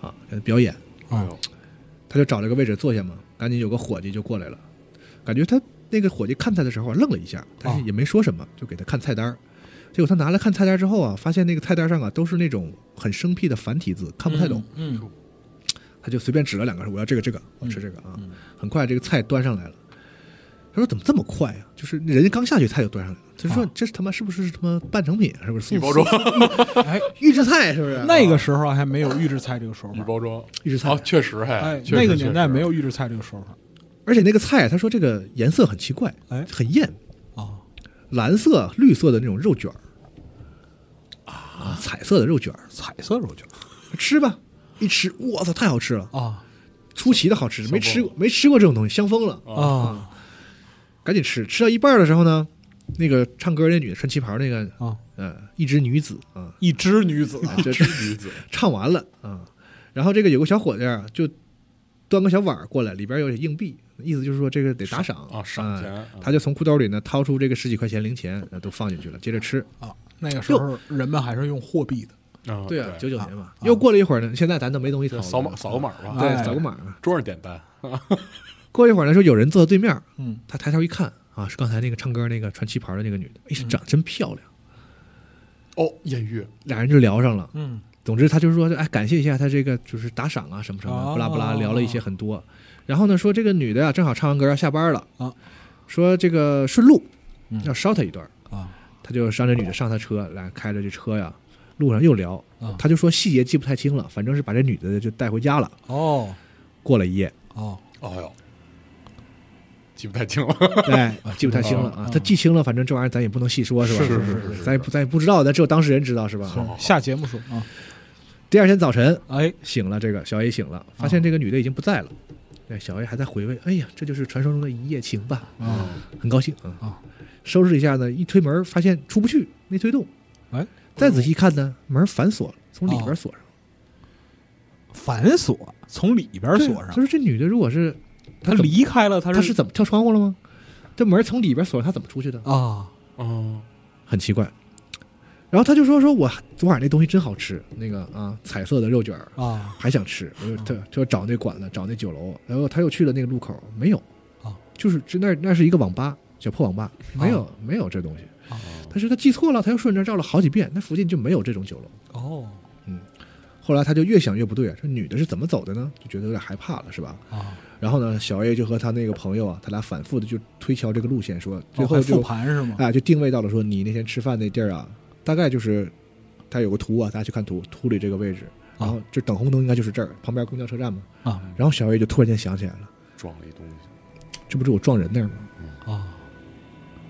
啊，在表演。哎呦，他就找了个位置坐下嘛，赶紧有个伙计就过来了，感觉他那个伙计看他的时候啊愣了一下，但哦是也没说什么，就给他看菜单儿。结果他拿了看菜单之后啊，发现那个菜单上啊都是那种很生僻的繁体字，看不太懂。嗯。嗯，他就随便指了两个，说我要这个这个，我吃这个啊。嗯很快这个菜端上来了，他说怎么这么快啊？就是人家刚下去菜就端上来了，他说啊这是他妈是不是他妈半成品啊？是不是速预包装， 哎，预制菜是不是？那个时候还没有预制菜这个说预法，包装，预制菜啊，确实还哎，，确实那个年代没，确实有预制菜这个说法而且那个菜他说这个颜色很奇怪，哎很艳，啊。蓝色、绿色的那种肉卷儿啊，彩色的肉卷儿，彩色肉卷吃吧，一吃，我操，太好吃了，啊出奇的好吃，小没吃过，没吃过这种东西，香疯了，啊赶紧吃，吃到一半的时候呢，那个唱歌那女的穿旗袍那个，啊！呃，一只女子啊，一只女子 这一只女子，唱完了啊，然后这个有个小伙计儿就端个小碗儿过来，里边有硬币，意思就是说这个得打赏啊，赏钱哎啊，他就从裤兜里呢掏出这个十几块钱零钱，呃都放进去了，接着吃。啊，那个时候人们还是用货币的，啊对啊，九九年嘛啊。又过了一会儿呢，现在咱都没东西掏对了，扫码扫个码吧，啊对，哎扫个码啊。桌上点单，过一会儿呢，说有人坐在对面，嗯，他抬头一看啊，是刚才那个唱歌那个穿旗袍的那个女的，哎，长得真漂亮。哦，艳遇，俩人就聊上了。嗯，总之，他就是说，哎，感谢一下他这个就是打赏啊，什么什么的，哦不拉不拉，聊了一些很多。然后呢，说这个女的呀、正好唱完歌要下班了啊，说这个顺路嗯要捎她一段啊，他就让这女的上他车，来开着这车呀，路上又聊啊，他就说细节记不太清了，反正是把这女的就带回家了。哦过了一夜，哦，哦哟，记不太清了，哎，记不太清了啊啊，他记清了，反正这玩意儿咱也不能细说，是吧？是是是是咱也不咱也不知道，咱只有当事人知道，是吧？好下节目说啊，第二天早晨，哎，醒了，这个小 A 醒了，发啊现这个女的已经不在了。对，小 A 还在回味，哎呀，这就是传说中的一夜情吧？啊很高兴啊、啊收拾一下呢，一推门发现出不去，没推动。哎，哦再仔细看呢，门反锁了，从里边锁上。反锁从里边对锁上他，说这女的如果是他怎么离开了，他她是怎么跳窗户了吗？这门从里边锁，她怎么出去的？啊，嗯，很奇怪。然后他就说：“说我昨晚那东西真好吃，那个啊，彩色的肉卷儿啊还想吃，我就他就找那馆子，找那酒楼，然后他又去了那个路口，没有啊，就是这那那是一个网吧，小破网吧，没有、没有这东西。啊他说他记错了，他又顺着绕了好几遍，那附近就没有这种酒楼。哦后来他就越想越不对啊，这女的是怎么走的呢？就觉得有点害怕了，是吧？啊，然后呢，小 A 就和他那个朋友啊，他俩反复的就推敲这个路线，说最哦后还就、复盘是吗？哎就定位到了说你那天吃饭那地儿啊，大概就是他有个图啊，大家去看图，图里这个位置，然后就等红灯应该就是这儿，旁边公交车站嘛。啊然后小 A 就突然间想起来了，撞了一东西，这不是我撞人那儿吗？啊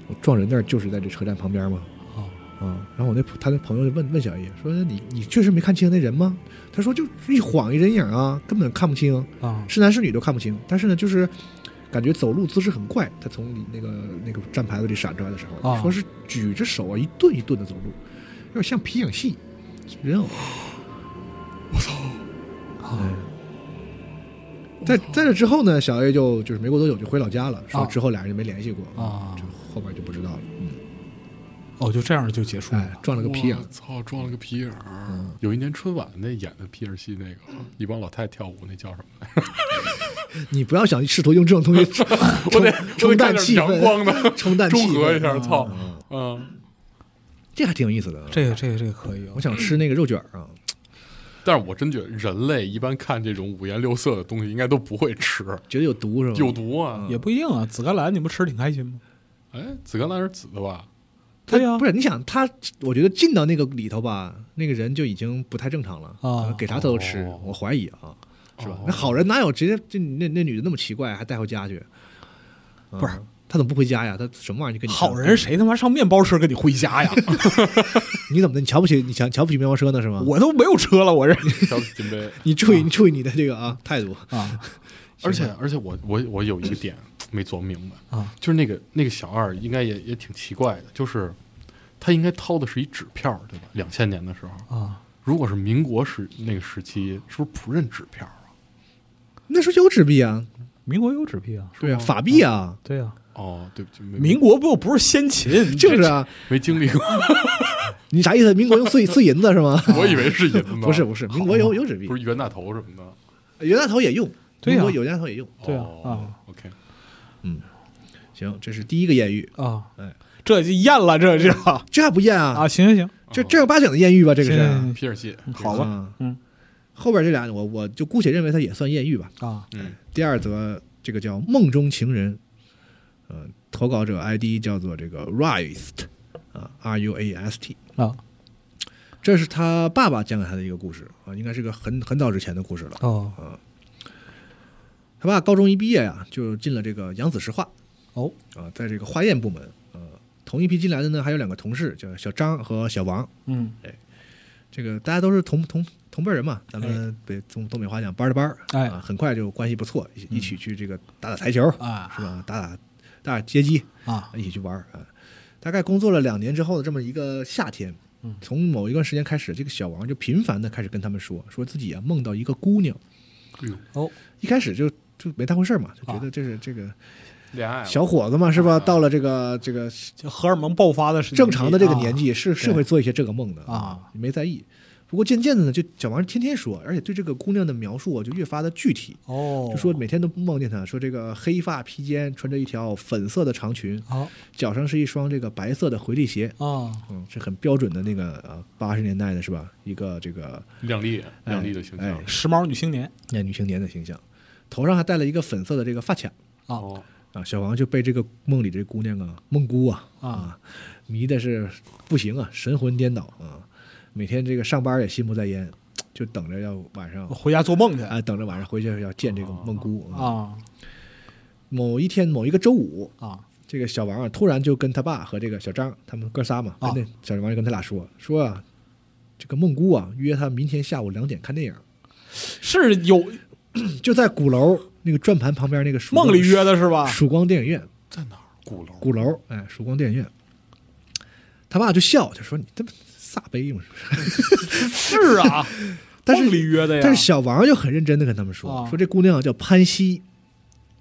我撞人那儿就是在这车站旁边吗？哦啊，然后我那他那朋友就问问小 A 说你你确实没看清那人吗？他说就一晃一人影啊，根本看不清，啊是男是女都看不清。但是呢，就是感觉走路姿势很怪。他从里那个那个站牌子里闪出来的时候，啊说是举着手啊一顿一顿的走路，有点像皮影戏人偶。啊在在这之后呢，小 A 就就是没过多久就回老家了，说哦啊之后俩人就没联系过啊就后边就不知道了。嗯，哦，就这样就结束哎了，撞了个皮影我，操，撞了个皮影儿。嗯有一年春晚那演的皮影戏那个，一帮老太太跳舞，那叫什么？你不要想试图用这种 东西冲我得我冲得看淡点气阳光氛，的， 冲淡气中和一氛，下，操，嗯。这还挺有意思的啊。这个这个这个可以啊我，想吃那个肉卷儿啊，但是我真觉得人类一般看这种五颜六色的东西，应该都不会吃，觉得有毒是吧？有。毒嗯啊！也不一定啊。紫甘蓝你不吃挺开心吗？哎，紫甘蓝是紫的 吧？他啊对呀不是你想他，我觉得进到那个里头吧，那个人就已经不太正常了啊给啥他都吃哦，我怀疑啊，是吧哦？那好人哪有直接这那那女的那么奇怪，还带回家去？啊不是他怎么不回家呀？他什么玩意儿就跟你好人？谁他妈上面包车跟你回家呀？ 你怎么的？你瞧不起你瞧瞧不起面包车呢是吗？我都没有车了，我这小金杯。你注意你注意你的这个啊态度，啊而且而且我我我有一个 点没琢磨明白，啊就是那个那个小二应该也也挺奇怪的，就是他应该掏的是一纸票，对吧？两千年的时候，啊！如果是民国时那个时期，是不是不认纸票啊？那时候就有纸币啊，民国有纸币啊，对啊，法币啊，对啊，哦，对不起，没民国不不是先哦 秦，就是啊，没经 历过，你啥意思？民国用碎碎银子是吗？ 我以为是银子呢，不是不是，民国有有纸币不，是袁大头什么的。袁大头也用，对民呀国有袁大头也用。对啊哦，OK，行，这是第一个艳遇，啊哎，这就验了，这就啊，这还不艳啊？行行行，这正儿八经的艳遇吧？这个是行行嗯皮尔戏，好吧，啊嗯，后边这俩我我就姑且认为它也算艳遇吧。啊嗯，第二则这个叫梦中情人，呃，投稿者 ID 叫做这个 Rust 啊，R U A S T。啊这是他爸爸讲给他的一个故事啊，应该是个很很早之前的故事了。哦他爸高中一毕业呀、就进了这个扬子石化哦啊，在这个化验部门啊，同一批进来的呢，还有两个同事叫小张和小王。嗯这个大家都是同同同辈儿人嘛，咱们北东东北话讲班儿的班儿，哎啊，很快就关系不错，一起一起去这个打打台球，啊是吧？打打打打街机，啊一起去玩儿啊。大概工作了两年之后的这么一个夏天，从某一段时间开始，这个小王就频繁的开始跟他们说，说自己啊梦到一个姑娘，嗯哦，一开始就就没当回事儿嘛，就觉得这是这个恋爱了小伙子嘛，是吧？哎啊到了这个这个就荷尔蒙爆发的时正常的这个年纪纪，是是会做一些这个梦的啊，没在意。不过渐渐的呢，就小王天天说，而且对这个姑娘的描述啊，就越发的具体，啊哦，就说每天都梦见她，说这个黑发披肩，穿着一条粉色的长裙，好脚上是一双这个白色的回力鞋，啊，嗯，是很标准的那个呃八十年代的是吧？一个这个靓丽靓丽的形哎象时髦女青年那女青年的形象，头上还戴了一个粉色的这个发卡哎哦，啊。小王就被这个梦里这姑娘啊，梦姑啊啊，迷的是不行啊，神魂颠倒啊，每天这个上班也心不在焉，就等着要晚上回家做梦去啊，等着晚上回去要见这个梦姑啊。啊某一天某一个周五，啊这个小王啊，突然就跟他爸和这个小张他们哥仨嘛，啊跟那小王就跟他俩说说啊，这个梦姑啊约他明天下午两点看电影，是有 就在鼓楼那个转盘旁边那个曙光梦里约的是吧？曙光电影院，在哪儿？鼓楼鼓楼哎曙光电影院，他爸就笑，就说你这不撒杯嘛，是啊，但是梦里约的呀，但是小王就很认真的跟他们说啊，说这姑娘叫潘西，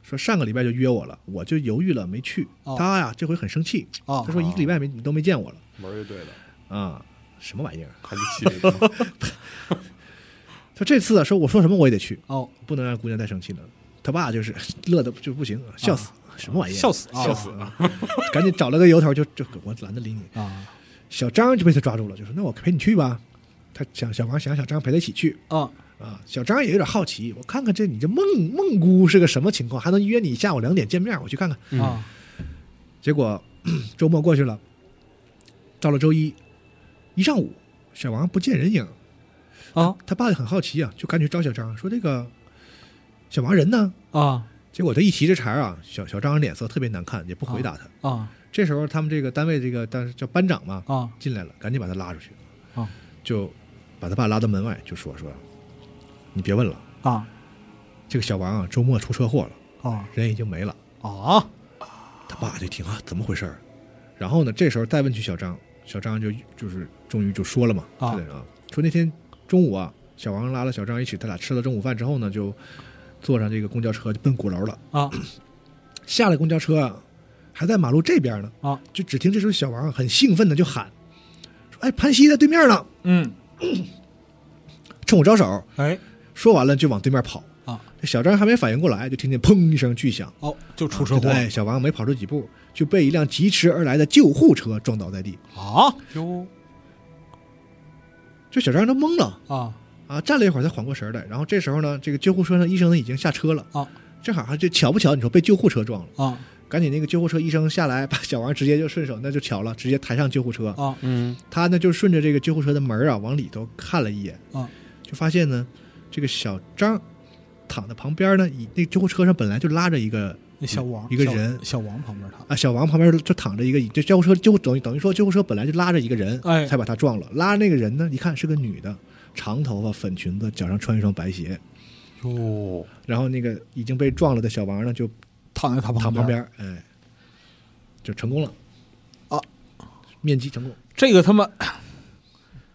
说上个礼拜就约我了，我就犹豫了没去哦。她呀这回很生气，啊她说一个礼拜没你都没见我了玩乐队的，啊，什么玩意儿？还是麒麟？她这次啊说我说什么我也得去，哦不能让姑娘再生气了。他爸就是 乐的就不行，笑死，什么玩意儿？哦笑死啊笑死！ 赶紧找了个由头就就我懒得理你。啊小张就被他抓住了，就说那我陪你去吧。他想小王想让小张陪他一起去，啊啊，小张也有点好奇，我看看这你这梦梦姑是个什么情况，还能约你下午两点见面，我去看看。嗯啊结果 周末过去了，到了周一，一上午小王不见人影，啊他爸就很好奇啊，就赶紧去找小张说这个小王人呢？啊结果他一提这茬儿啊，小小张脸色特别难看，也不回答他。啊这时候他们这个单位这个当时叫班长嘛，啊进来了，赶紧把他拉出去，啊就把他爸拉到门外，就说说，你别问了，啊这个小王啊周末出车祸了。啊人已经没了。啊他爸就听啊，怎么回事儿？然后呢，这时候再问起小张，小张就就是终于就说了嘛，啊他在这啊，说那天中午啊，小王拉了小张一起，他俩吃了中午饭之后呢，就坐上这个公交车就奔鼓楼了。啊下了公交车啊，还在马路这边呢，啊就只听这时候小王啊很兴奋的就喊说：“哎，潘西在对面呢！”嗯冲我招手。哎说完了就往对面跑。啊这小张还没反应过来，就听见砰一声巨响，哦就出车祸哎，小王没跑出几步，就被一辆疾驰而来的救护车撞倒在地。啊哟，这小张都懵了啊啊，站了一会儿才缓过神儿来。然后这时候呢，这个救护车上医生呢已经下车了啊，正好还就巧不巧，你说被救护车撞了，啊赶紧那个救护车医生下来，把小王直接就顺手那就巧了，直接抬上救护车。啊嗯，他呢就顺着这个救护车的门儿啊往里头看了一眼啊，就发现呢，这个小张躺在旁边呢，以那救护车上本来就拉着一个那小王一个小人小王旁边他啊，小王旁边就躺着一个，这救护车就等于等于说救护车本来就拉着一个人，哎才把他撞了。拉那个人呢，一看是个女的，长头发、粉裙子，脚上穿一双白鞋。哟，然后那个已经被撞了的小王呢，就躺在他躺旁边边儿，哎，就成功了啊，面基成功。这个他妈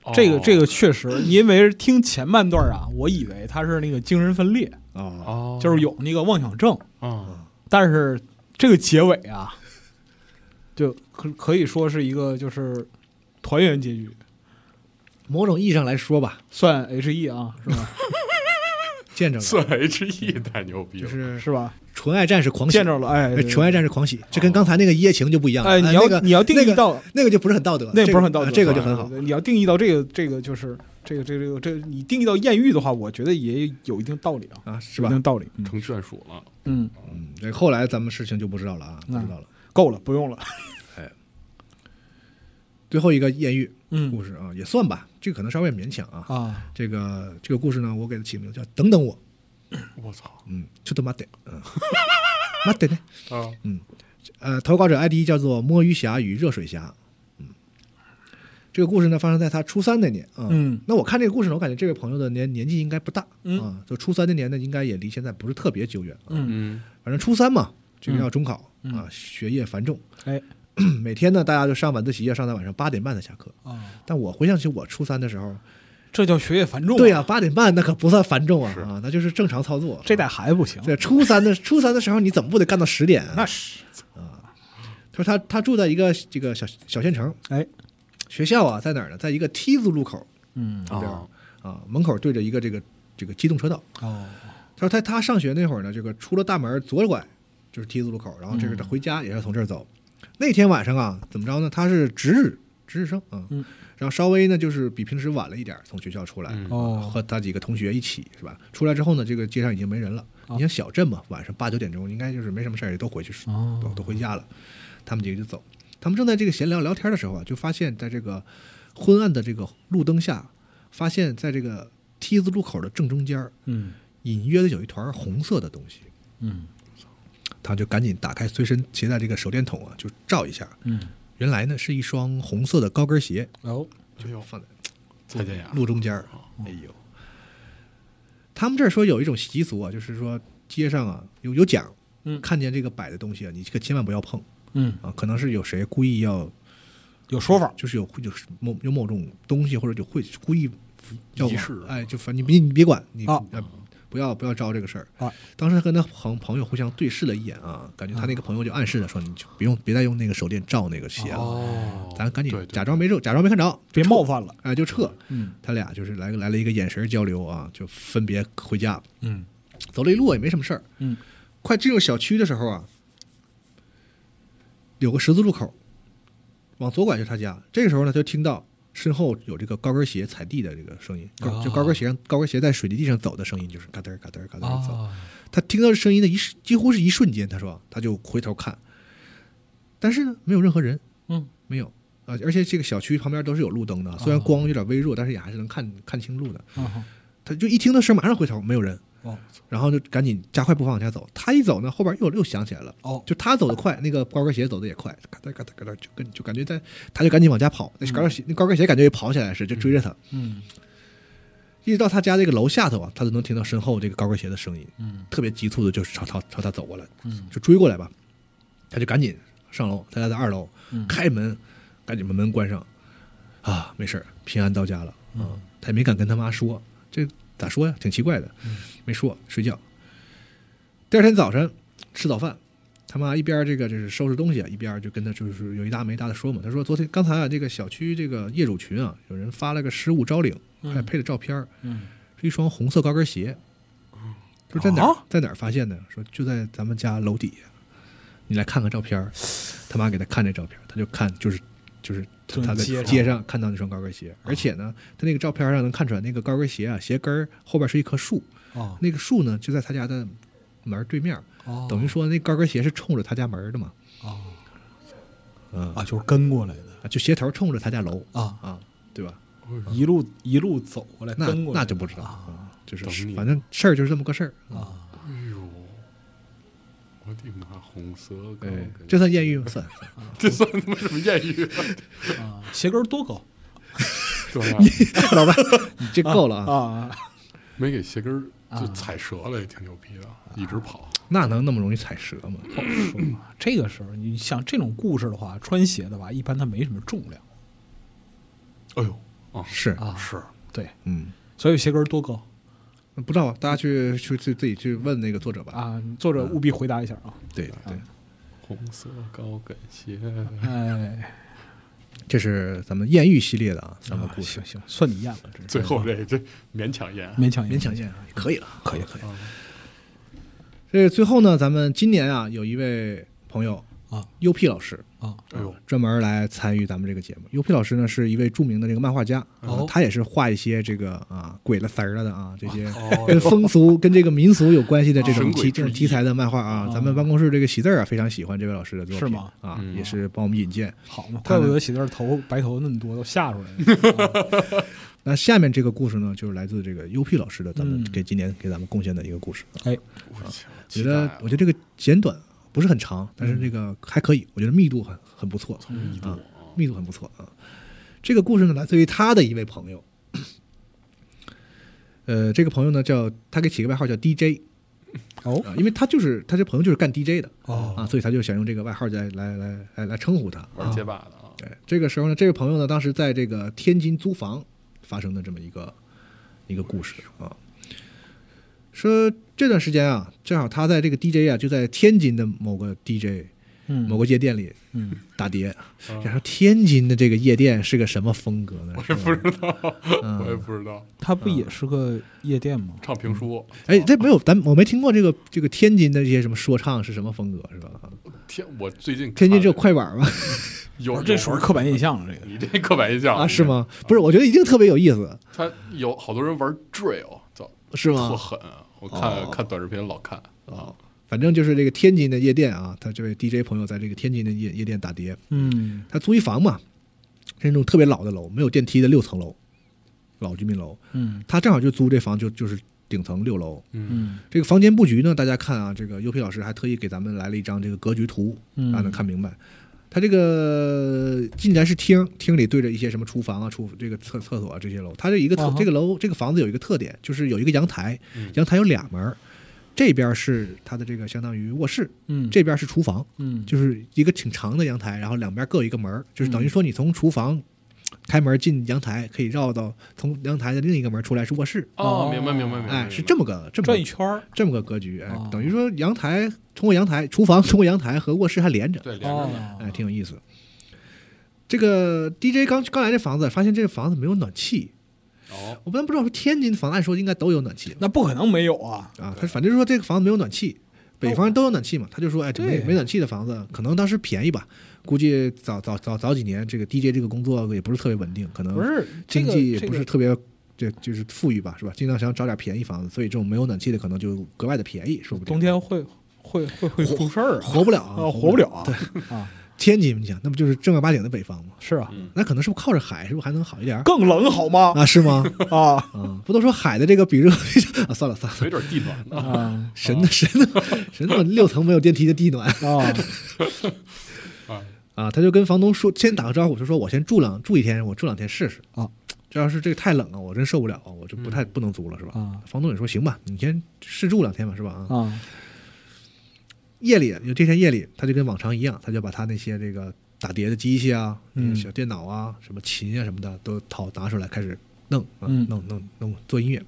哦这个这个确实，因为听前半段啊，我以为他是那个精神分裂，啊，哦，就是有那个妄想症，啊，但是这个结尾啊，就可可以说是一个就是团圆结局，某种意义上来说吧，算 H E 啊，是吧？见着算了， H E 太牛逼嗯就了，是是吧？纯爱战士狂喜见，着了，哎，哎纯爱战士狂喜，这跟刚才那个一夜情就不一样了。哎，你要、那个你要定那义个到那个就不是很道德，那这不是很道德，啊这个就很对好。对对你要定义到这个这个就是这个这个这个这个，你定义到艳遇的话，我觉得也有一定道理啊，啊，是有一吧？定道理，嗯成眷属了，嗯，嗯，这后来咱们事情就不知道了啊，不知道了。够了，不用了，最后一个艳遇嗯故事啊，也算吧，这个可能稍微勉强啊。啊，这个这个故事呢，我给它起名叫“等等我我操”，嗯，就他妈得， 嗯，妈得呢。啊，呃，投稿者 ID 叫做摸鱼侠与热水侠，嗯，这个故事呢发生在他初三那年啊。嗯那我看这个故事呢，我感觉这位朋友的年年纪应该不大嗯啊，就初三那年呢，应该也离现在不是特别久远啊。嗯，嗯，反正初三嘛，这个要中考、嗯啊，学业繁重， 哎每天呢大家就上晚自习，要上到晚上八点半才下课。啊但我回想起我初三的时候，这叫学业繁重、对呀、，八点半那可不算繁重啊是啊，那就是正常操作。这代还不行。对初三的初三的时候，你怎么不得干到十点啊？那是他说他他住在一个这个小小县城，哎，学校啊在哪儿呢？在一个 T 字路口嗯啊，啊，门口对着一个这个这个机动车道。哦，他说他他上学那会儿呢，这个出了大门左拐就是 T 字路口，然后这个他回家也是从这儿走。那天晚上啊，怎么着呢？他是值日值日生啊，嗯然后稍微呢就是比平时晚了一点儿从学校出来，嗯哦和他几个同学一起是吧？出来之后呢，这个街上已经没人了。你想小镇嘛，晚上八九点钟应该就是没什么事儿，也都回去睡哦都都回家了。他们几个就走。他们正在这个闲聊聊天的时候啊，就发现在这个昏暗的这个路灯下，发现在这个 T 字路口的正中间儿，嗯隐约的有一团红色的东西。嗯他就赶紧打开随身携带这个手电筒啊，就照一下。嗯，原来呢是一双红色的高跟鞋，哦，哎呦，放在蔡健雅，路中间儿。哦哎呦，他们这儿说有一种习俗啊，就是说街上啊有有讲，嗯看见这个摆的东西啊，你可千万不要碰嗯，啊，可能是有谁故意要，有说法，就是有就是某有某种东西或者有会故意要仪式啊哎，就反正你别你别管你、啊呃不要不要招这个事儿啊！当时他跟他朋朋友互相对视了一眼啊，感觉他那个朋友就暗示了说，你就不用别再用那个手电照那个鞋了，哦咱赶对紧对假装没着，假装没看着，别冒犯了。哎，就撤。嗯他俩就是来个来了一个眼神交流啊，就分别回家。嗯走了一路也没什么事儿。嗯，快进入小区的时候啊，有个十字路口，往左拐就是他家。这个时候呢，他就听到身后有这个高跟鞋踩地的这个声音，高哦就高跟鞋上高跟鞋在水泥地上走的声音，就是嘎噔儿嘎噔儿嘎噔儿走。哦嗯他听到这声音的一瞬几乎是一瞬间，他说他就回头看，但是呢，没有任何人，嗯，哦没有。啊，而且这个小区旁边都是有路灯的，虽然光有点微弱，但是也还是能看看清路的。嗯他就一听到声，马上回头，没有人，哦然后就赶紧加快步伐往家走。他一走呢，后边又又想起来了，哦就他走得快，那个高跟鞋走得也快，嘎哒嘎哒嘎哒，就跟就感觉在，他就赶紧往家跑。那高跟鞋，那高跟鞋感觉也跑起来似的，就追着他，嗯一直到他家这个楼下头啊，他就能听到身后这个高跟鞋的声音，嗯特别急促的，就是朝朝朝他走过来，嗯就追过来吧。他就赶紧上楼，他家在二楼，嗯开门，赶紧把门关上，啊，没事儿，平安到家了。嗯啊，他也没敢跟他妈说，这咋说呀？挺奇怪的，嗯没说，睡觉。第二天早晨吃早饭，他妈一边这个就是收拾东西，啊一边就跟他就是有一搭没一搭的说嘛。他说昨天刚才啊，这个小区这个业主群啊，有人发了个失物招领，还配了照片儿，嗯是一双红色高跟鞋。说在哪儿啊在哪儿发现的？说就在咱们家楼底下。你来看看照片儿，他妈给他看这照片儿，他就看就是就是就他他是在街上啊街上看到那双高跟鞋，而且呢，他那个照片上能看出来那个高跟鞋啊，鞋跟儿后边是一棵树，哦那个树呢就在他家的门儿对面儿，哦等于说那高跟鞋是冲着他家门儿的嘛，哦嗯啊，就是跟过来的就鞋头冲着他家楼啊，啊，对吧？一路一路走过来，那跟过来那的就不知道，啊啊就是等你反正事儿就是这么个事儿。啊哎呦，我的妈，红色高哎跟，这算艳遇吗？算，算这算他妈什么艳遇？啊，鞋跟儿多高这玩意 儿老白，你这够了啊！啊没给鞋跟啊儿就踩折了，也挺牛逼的，一直跑。那能那么容易踩折吗？不好说啊。这个时候，你像这种故事的话，穿鞋的吧，一般它没什么重量哎呦，啊是，啊。是，对，嗯，所以鞋跟儿多高不知道，大家去去去自己去问那个作者吧。啊？作者务必回答一下啊。对对，红色高跟鞋， 嗯哎，这是咱们艳遇系列的啊三个故事行，行，算你验了，这最后这这勉强验。勉强勉强见啊可以了，可以可以。啊这最后呢，咱们今年啊有一位朋友啊，UP 老师，啊哎呦，专门来参与咱们这个节目。UP 老师呢是一位著名的这个漫画家，啊哦他也是画一些这个啊鬼了神儿了的啊这些哦跟风俗、跟这个民俗有关系的这种神鬼题这之种题材的漫画啊哦。咱们办公室这个喜字儿啊非常喜欢这位老师的作品，是吗？啊，嗯也是帮我们引荐。好嘛，他怪呢不得喜字儿头白头那么多都吓出来了。啊那下面这个故事呢，就是来自这个 UP 老师的，咱们嗯给今年给咱们贡献的一个故事。哎，我操我觉得期待啊我觉得这个简短不是很长，但嗯是这个还可以，我觉得密度很很不错，密度啊啊，密度很不错啊。这个故事呢，来自于他的一位朋友，呃，这个朋友呢叫他给起个外号叫 DJ 哦啊，因为他就是他这朋友就是干 DJ 的哦，啊，所以他就想用这个外号来来来来来称呼他。玩街霸的啊，哎对，这个时候呢，这位朋友呢，当时在这个天津租房，发生的这么一个一个故事啊。说这段时间啊，正好他在这个 DJ 啊，就在天津的某个 DJ 嗯某个夜店里嗯打碟。嗯然后天津的这个夜店是个什么风格呢？我也不知道，嗯我也不知道，它不也是个夜店吗？唱评书，哎，这没有，咱我没听过这个这个天津的这些什么说唱是什么风格是吧？天，我最近天津只有这快板吧？有这有属于刻板印象了，这个你这刻板印 象啊，是？吗？不是，我觉得一定特别有意思，他有好多人玩 drill，操，是特吗？狠，我哦看看短视频老看啊，反正就是这个天津的夜店啊，他这位 DJ 朋友在这个天津的夜夜店打碟，嗯他租一房嘛，是那种特别老的楼，没有电梯的六层楼，老居民楼，嗯他正好就租这房就就是顶层六楼。嗯嗯这个房间布局呢，大家看啊，这个 U P 老师还特意给咱们来了一张这个格局图，嗯，大家能看明白。它这个进来是厅，厅里对着一些什么厨房啊、厨这个厕厕所啊这些楼。它这一个特、啊哈这个楼这个房子有一个特点，就是有一个阳台，嗯阳台有俩门儿，这边是它的这个相当于卧室，嗯这边是厨房，嗯就是一个挺长的阳台，然后两边各有一个门儿，就是等于说你从厨房开门进阳台，可以绕到从阳台的另一个门出来是卧室，哦，明白明白明白，哎，是明白这么个这么转个一圈儿这么个格局，哎，哦等于说阳台通过阳台，厨房通过阳台和卧室还连着，对连着呢，哦哎，挺有意思。这个 DJ 刚刚来这房子，发现这个房子没有暖气。哦，我本来不知道是天津房子，按说应该都有暖气那不可能没有啊，啊。他反正说这个房子没有暖气，北方人都有暖气嘛。他就说，哎，这没对没暖气的房子，可能当时便宜吧。估计早早早早几年，这个 DJ 这个工作也不是特别稳定，可不能是这嗯经个济这不是个特别，这就是富裕吧，是吧？尽量想找点便宜房子，所以这种没有暖气的可能就格外的便宜，说不定冬天会会会会出事儿啊活不了啊啊，活不了啊对，啊天津，你想，那不就是正儿八经的北方吗？是啊，那可能是不是靠着海，是不是还能好一点儿？更冷好吗？ 啊，是 吗？啊啊，不都说海的这个比热 啊？算了算了，有点地暖呢，啊神的神的神的六层没有电梯的地暖啊！啊，啊！他就跟房东说，先打个招呼，就说我先住两住一天，我住两天试试啊。这要是这个太冷了，我真受不了啊，我就不太不能租了，是吧？啊房东也说行吧，你先试住两天吧，是吧？啊，啊，夜里有这天夜里，他就跟往常一样，他就把他那些这个打碟的机器啊、嗯小电脑啊、什么琴啊什么的都掏拿出来开始弄啊、嗯弄弄弄做音乐。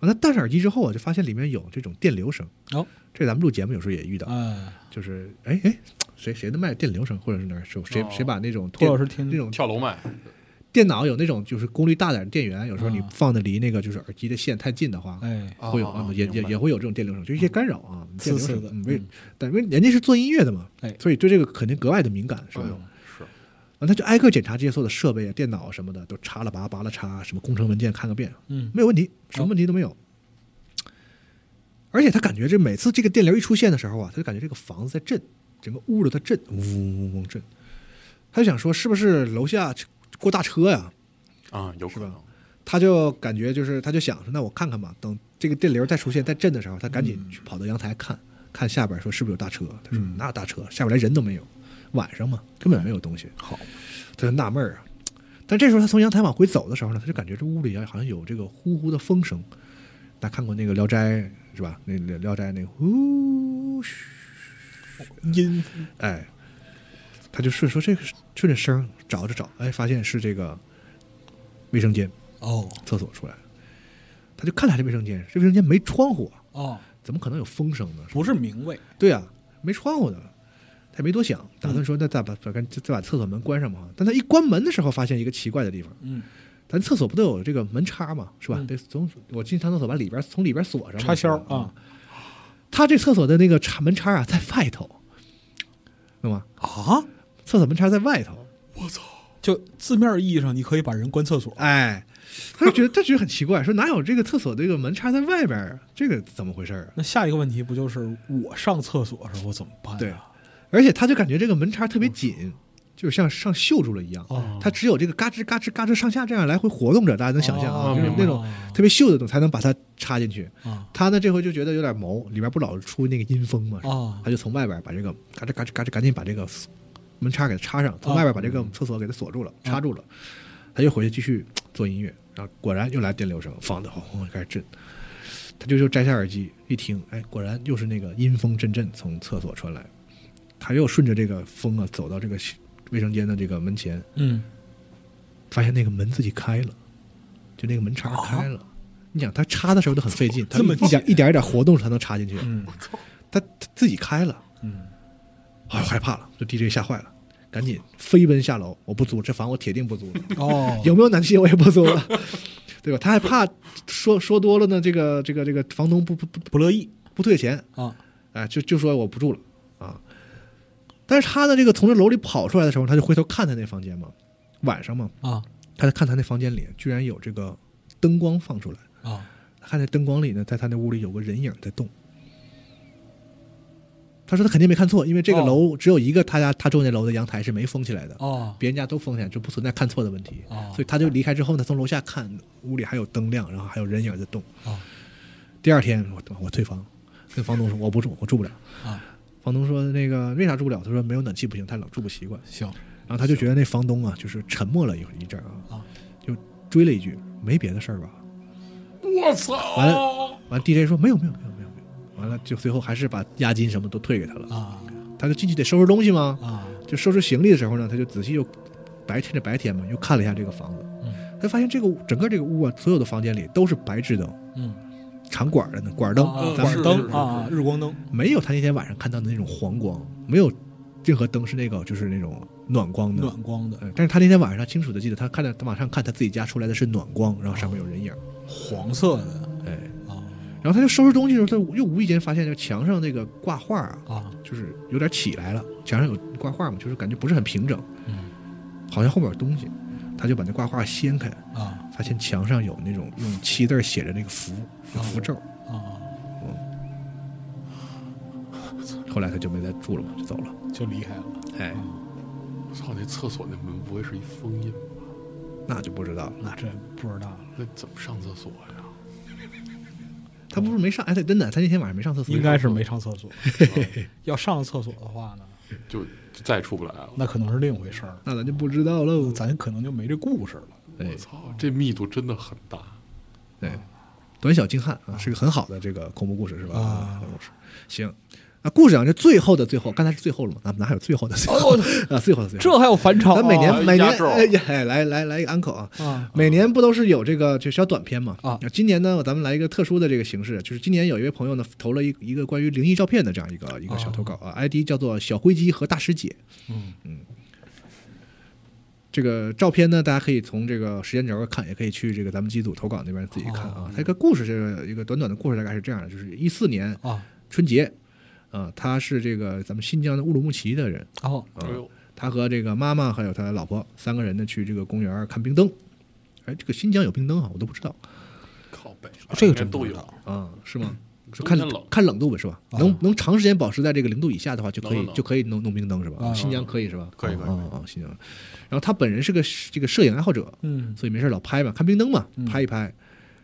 完了，戴上耳机之后，我啊就发现里面有这种电流声。哦，这咱们录节目有时候也遇到，哎，就是哎哎，谁谁的麦电流声，或者是哪儿谁谁哦谁把那种托电老师听那种跳楼卖，电脑有那种就是功率大点的电源，有时候你啊放的离那个就是耳机的线太近的话，哎，哦会有、哦也明也白也会有这种电流声，就一些干扰啊，电刺流刺声的嗯，为、但因为人家是做音乐的嘛，哎所以对这个肯定格外的敏感，是吧？哎呦完、他是就挨个检查这些所有的设备啊、电脑什么的，都查了拔拔了查，什么工程文件看个遍，嗯没有问题，什么问题都没有。而且他感觉这每次这个电流一出现的时候啊，他就感觉这个房子在震，整个屋里在震，嗡嗡嗡嗡震。他就想说，是不是楼下过大车呀、啊，有可是吧能，嗯他就感觉就是，他就想说，那我看看吧。等这个电流再出现、再震的时候，他赶紧去跑到阳台看、看下边，说是不是有大车？他说哪有大车？下边连人都没有，晚上嘛，根本没有东西。好，他就纳闷儿啊。但这时候他从阳台往回走的时候呢，他就感觉这屋里啊好像有这个呼呼的风声。大家看过那个《聊斋》是吧？那《聊斋》那个呼嘘，音哎，他就顺说这个是顺着声儿找着找，哎，发现是这个卫生间。哦厕所出来，他就看了下这卫生间，这卫生间没窗户啊，哦，怎么可能有风声呢？不是明卫，对啊，没窗户的，他也没多想，打算说那再把把干再把厕所门关上嘛。但他一关门的时候，发现一个奇怪的地方，嗯，咱厕所不都有这个门插嘛，是吧？嗯得从我进上厕所把里边从里边锁上嘛，插销是吧啊。他这厕所的那个插门插啊，在外头，懂吗？啊，厕所门插在外头，就字面意义上，你可以把人关厕所，哎，他就觉得他觉得很奇怪，说哪有这个厕所这个门插在外边儿啊？这个怎么回事儿啊？那下一个问题不就是我上厕所的时候我怎么办、啊？对而且他就感觉这个门插特别紧，就像上锈住了一样。嗯哦它只有这个嘎吱嘎吱嘎吱上下这样来回活动着，大家能想象啊，哦就是那种特别锈的东西才能把它插进去。啊他呢这回就觉得有点毛，里边不老出那个阴风嘛，啊他就从外边把这个嘎吱嘎吱嘎吱赶紧把这个门插给它插上，从哦外边把这个厕所给它锁住了，插住了。他又回去继续做音乐，然后果然又来电流声，房子轰轰开始震。他就就摘下耳机一听，哎，果然又是那个阴风阵阵从厕所传来。他又顺着这个风啊走到这个洗卫生间的这个门前，嗯发现那个门自己开了，就那个门茬儿开了。你想，他插的时候都很费劲，他哦这么一点一点一点活动才能插进去。嗯他他自己开了，嗯，哎呦，害怕了，这 DJ 吓坏了，赶紧飞奔下楼，我不租这房，我铁定不租了。 哦，有没有男性我也不租了， 对吧？他还怕说说多了呢，这个这个这个房东不不不不乐意不退钱，啊，哎，就就说我不住了啊。但是他的这个从这楼里跑出来的时候，他就回头看他那房间嘛，晚上嘛，啊他就看他那房间里居然有这个灯光放出来，啊他看那灯光里呢，在他那屋里有个人影在动。他说他肯定没看错，因为这个哦楼只有一个他家他住那楼的阳台是没封起来的，哦别人家都封起来，就不存在看错的问题。哦所以他就离开之后呢，从楼下看屋里还有灯亮，然后还有人影在动。哦第二天我我退房，跟房东说我不住，我住不了。啊，房东说那个为啥住不了？他说没有暖气不行，太冷，住不习惯。行然后他就觉得那房东啊，就是沉默了一一阵儿啊啊，就追了一句没别的事儿吧？我完操了！完了 DJ 说没有没有没有没有没有，完了就最后还是把押金什么都退给他了。啊他就进去得收拾东西嘛，啊就收拾行李的时候呢，他就仔细又白趁着白天嘛，又看了一下这个房子，嗯他就发现这个屋整个这个屋啊，所有的房间里都是白炽灯，嗯，长管儿的呢，管儿灯，啊咱管们灯啊，日光灯没有他那天晚上看到的那种黄光，没有任何灯是那个就是那种暖光的。暖光的呃但是他那天晚上他清楚的记得，他看到他马上看他自己家出来的是暖光，然后上面有人影儿，哦黄色的哎，啊然后他就收拾东西的时候，他又无意间发现，就墙上那个挂画啊，啊就是有点起来了，墙上有挂画嘛，就是感觉不是很平整，嗯好像后面有东西，他就把那挂画掀开，啊发现墙上有那种用七字儿写着那个符有符咒，啊，后来他就没再住了嘛，就走了。就离开了。哎，我操！那厕所那门不会是一封印吧？那就不知道了。那这不知道了，那怎么上厕所呀？他不是没上，哎，他真的，他那天晚上没上厕所，应该是没上厕 所。啊要上厕所的话呢，就就再也出不来了。那可能是另一回事儿了，那咱就不知道喽。咱可能就没这故事了。哎我，操，这密度真的很大。对，短小精悍啊，是个很好的这个恐怖故事，是吧？啊恐怖故事，行。啊，故事讲这最后的最后，刚才是最后了嘛？啊哪哪还有最后的最后、 啊？最后的最后，哦这还有返场啊？咱每年、哦每年压轴哎呀哎来来来一个 uncle 啊，啊每年不都是有这个就小短片嘛？啊，今年呢，咱们来一个特殊的这个形式，就是今年有一位朋友呢投了一一个关于灵异照片的这样一个一个小投稿啊，ID 叫做小灰鸡和大师姐。嗯这个照片呢，大家可以从这个时间轴看，也可以去这个咱们机组投稿那边自己看哦啊。它一个故事，这个一个短短的故事大概是这样的：就是一四年啊，春节，啊、他是这个咱们新疆的乌鲁木齐的人，啊然后哎呦，他和这个妈妈还有他老婆三个人呢去这个公园看冰灯。哎，这个新疆有冰灯啊，我都不知道靠北了，这个应该真不都知有道。啊，是吗？是冬看天嗯冷看冷度呗，是吧？啊能能长时间保持在这个零度以下的话，就可能以能就可以弄弄冰灯是吧？啊新疆可以是吧？可以可以啊啊，啊新疆。然后他本人是个这个摄影爱好者，嗯所以没事儿老拍嘛，看冰灯嘛嗯，拍一拍。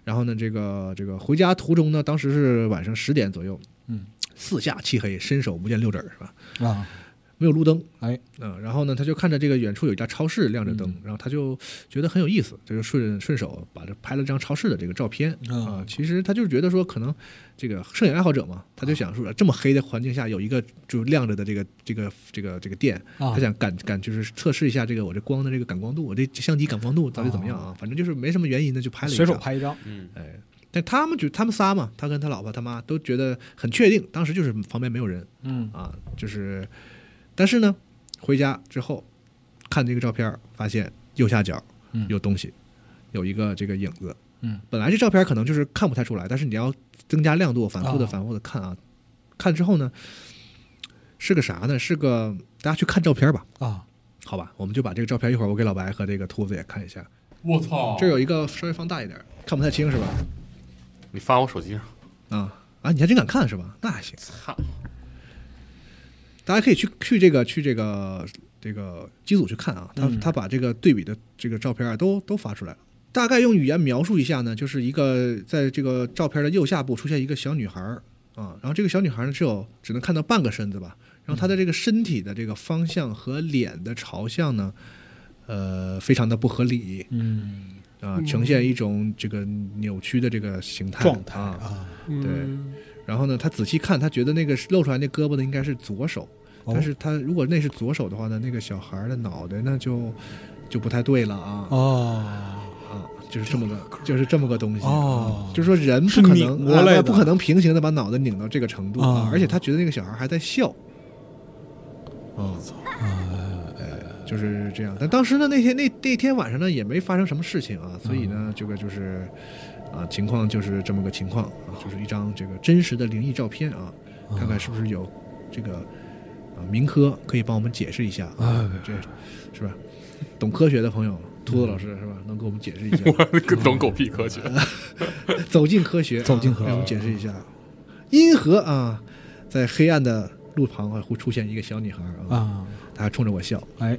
然后呢，这个这个回家途中呢，当时是晚上十点左右，嗯，四下漆黑，伸手不见六指儿，是吧？啊，没有路灯，哎嗯、然后呢，他就看着这个远处有一家超市亮着灯，嗯然后他就觉得很有意思，他就顺顺手把这拍了张超市的这个照片啊、嗯其实他就是觉得说，可能这个摄影爱好者嘛，他就想说，这么黑的环境下有一个就亮着的这个这个这个这个店，啊他想感感就是测试一下这个我这光的这个感光度，我这相机感光度到底怎么样啊？反正就是没什么原因的就拍了一哦随手张拍一张嗯，哎，但他们就他们仨嘛，他跟他老婆他妈都觉得很确定，当时就是旁边没有人，嗯啊，就是，但是呢，回家之后看这个照片儿，发现右下角嗯有东西，有一个这个影子。嗯，本来这照片可能就是看不太出来，但是你要增加亮度，反复的哦反复的看啊，看之后呢，是个啥呢？是个大家去看照片吧，啊好吧，我们就把这个照片一会儿我给老白和这个秃子也看一下。我操这有一个稍微放大一点儿，看不太清是吧？你发我手机上，啊啊，你还真敢看是吧？那还行，操！大家可以去去这个去这个这个机组去看啊，他他把这个对比的这个照片啊都都发出来了。大概用语言描述一下呢，就是一个在这个照片的右下部出现一个小女孩儿啊，然后这个小女孩呢只有只能看到半个身子吧，然后她的这个身体的这个方向和脸的朝向呢，呃，非常的不合理嗯啊，呈现一种这个扭曲的这个形态状态啊，啊，对，然后呢，他仔细看，他觉得那个露出来那胳膊的应该是左手，哦但是他如果那是左手的话呢，那个小孩儿的脑袋那就就不太对了啊、哦啊！就是这么个，就是这么个东西。哦嗯就是说人是不可拧能过来啊的不可能平行的把脑袋拧到这个程度啊啊！而且他觉得那个小孩还在笑。嗯，哎就是这样。但当时呢，那天那那天晚上呢，也没发生什么事情啊，所以呢，这个就是啊，情况就是这么个情况啊，就是一张这个真实的灵异照片啊，看看是不是有这个啊，民科可以帮我们解释一下啊，这是吧？懂科学的朋友，秃子老师是吧？能给我们解释一下？我懂狗屁科学，走进科学，啊走进科学给我们解释一下，银河啊，在黑暗的路旁啊会出现一个小女孩啊，啊，她还冲着我笑。哎，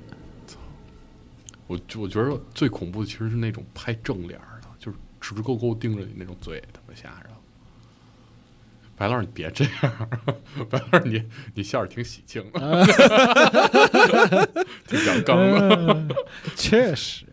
我我觉得最恐怖的其实是那种拍正脸儿的，就是直勾勾盯着你那种嘴，他妈吓人。白老师，你别这样，白老师你你笑着挺喜庆的，挺阳刚的。嗯哎确实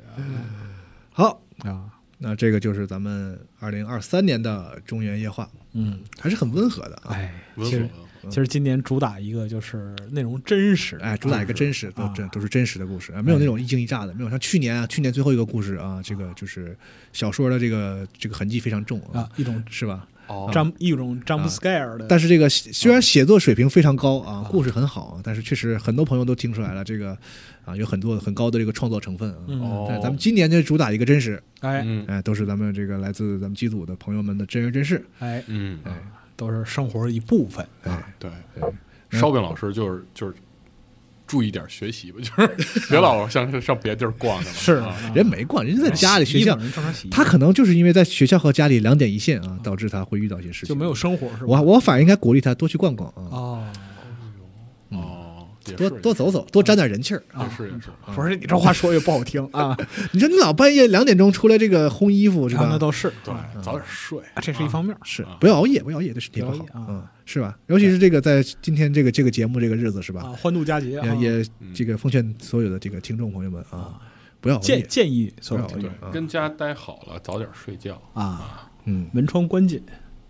好，啊，那这个就是咱们二零二三年的中原夜话，嗯，还是很温和的啊。哎，文其实文其实今年主打一个就是内容真实，哎，主打一个真实，都啊真都是真实的故事啊，没有那种一惊一乍的，没有像去年啊，去年最后一个故事啊，这个就是小说的这个这个痕迹非常重啊啊，，一种是吧？哦， jump 一种 jump scare 的，啊但是这个写虽然写作水平非常高啊，故事很好啊，但是确实很多朋友都听出来了，这个啊有很多很高的这个创作成分啊。嗯哦但是咱们今年就主打一个真实，哎嗯哎，都是咱们这个来自咱们机组的朋友们的真人真事，哎，嗯，哎都是生活一部分，哎，对，烧饼老师就是就是注意点学习吧，就是别老上上别地儿 逛去了。是啊人没逛，人家在家里洗学衣服校，人正常洗衣服，他可能就是因为在学校和家里两点一线啊，导致他会遇到一些事情。就没有生活是吧？我我反而应该鼓励他多去逛逛啊，哦，哦，也多是多走走，多沾点人气儿。也是也是，不是你这话说也不好听啊，你说你老半夜两点钟出来这个烘衣 服是啊那吧？倒是，对啊，早点睡。这是一方面儿，是啊不要熬夜，不要熬夜对身体不好不要熬夜啊嗯，是吧？尤其是这个在今天这个这个节目这个日子是吧？啊，欢度佳节啊，也也这个奉劝所有的这个听众朋友们啊，不要熬夜建，建议所有不要听对众对啊，跟家待好了，早点睡觉。啊，嗯，门窗关紧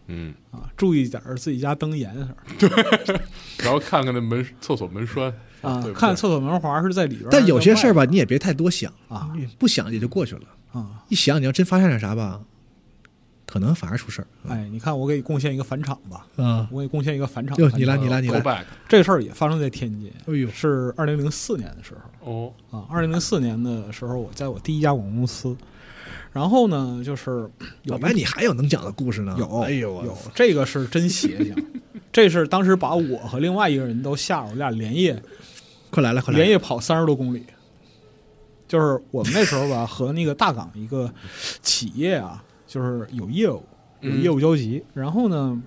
嗯，啊，注意点儿自己家灯严啊实然后看看那门厕所门栓啊对，不看对厕所门环是在里边儿还是在外边儿，但有些事儿吧，你也别太多想啊，你不想也就过去了。啊，一想，你要真发生点啥吧，可能反而出事儿哎，你看我给你贡献一个返场吧，啊。我给你贡献一个返场。哟，返你来，场你来，你 go 来。 back。这事儿也发生在天津，哎呦，是二零零四年的时候。哦，啊，二零零四年的时候，我在我第一家广告公司，然后呢，就是有老一白，你还有能讲的故事呢？有，哎呦，有我这个是真邪性，这是当时把我和另外一个人都吓着，我俩连夜快来了，快来连了。夜跑三十多公里。就是我们那时候吧，和那个大港一个企业啊，就是有业务，有业嗯务交集。然后呢，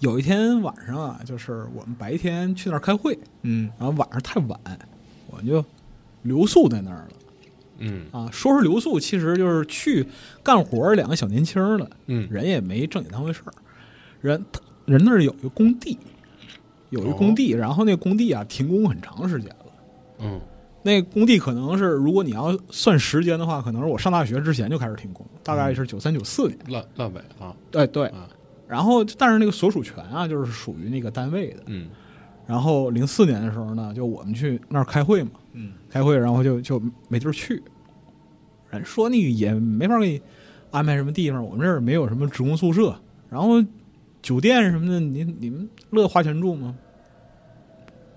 有一天晚上啊，就是我们白天去那儿开会，嗯然后晚上太晚，我们就留宿在那儿了。嗯啊，说是留宿，其实就是去干活儿两个小年轻儿了，嗯人也没正经当回事儿。人人那儿有一个工地，有一个工地，然后那个工地啊停工很长时间了。嗯，那个工地可能是，如果你要算时间的话，可能是我上大学之前就开始停工，大概是九三九四年。烂烂尾了。嗯对对啊。然后，但是那个所属权啊，就是属于那个单位的。嗯然后零四年的时候呢，就我们去那儿开会嘛，嗯，开会，然后就就没地儿去。人说那个也没法给你安排什么地方，我们这儿没有什么职工宿舍，然后酒店什么的，你你们乐花钱住吗？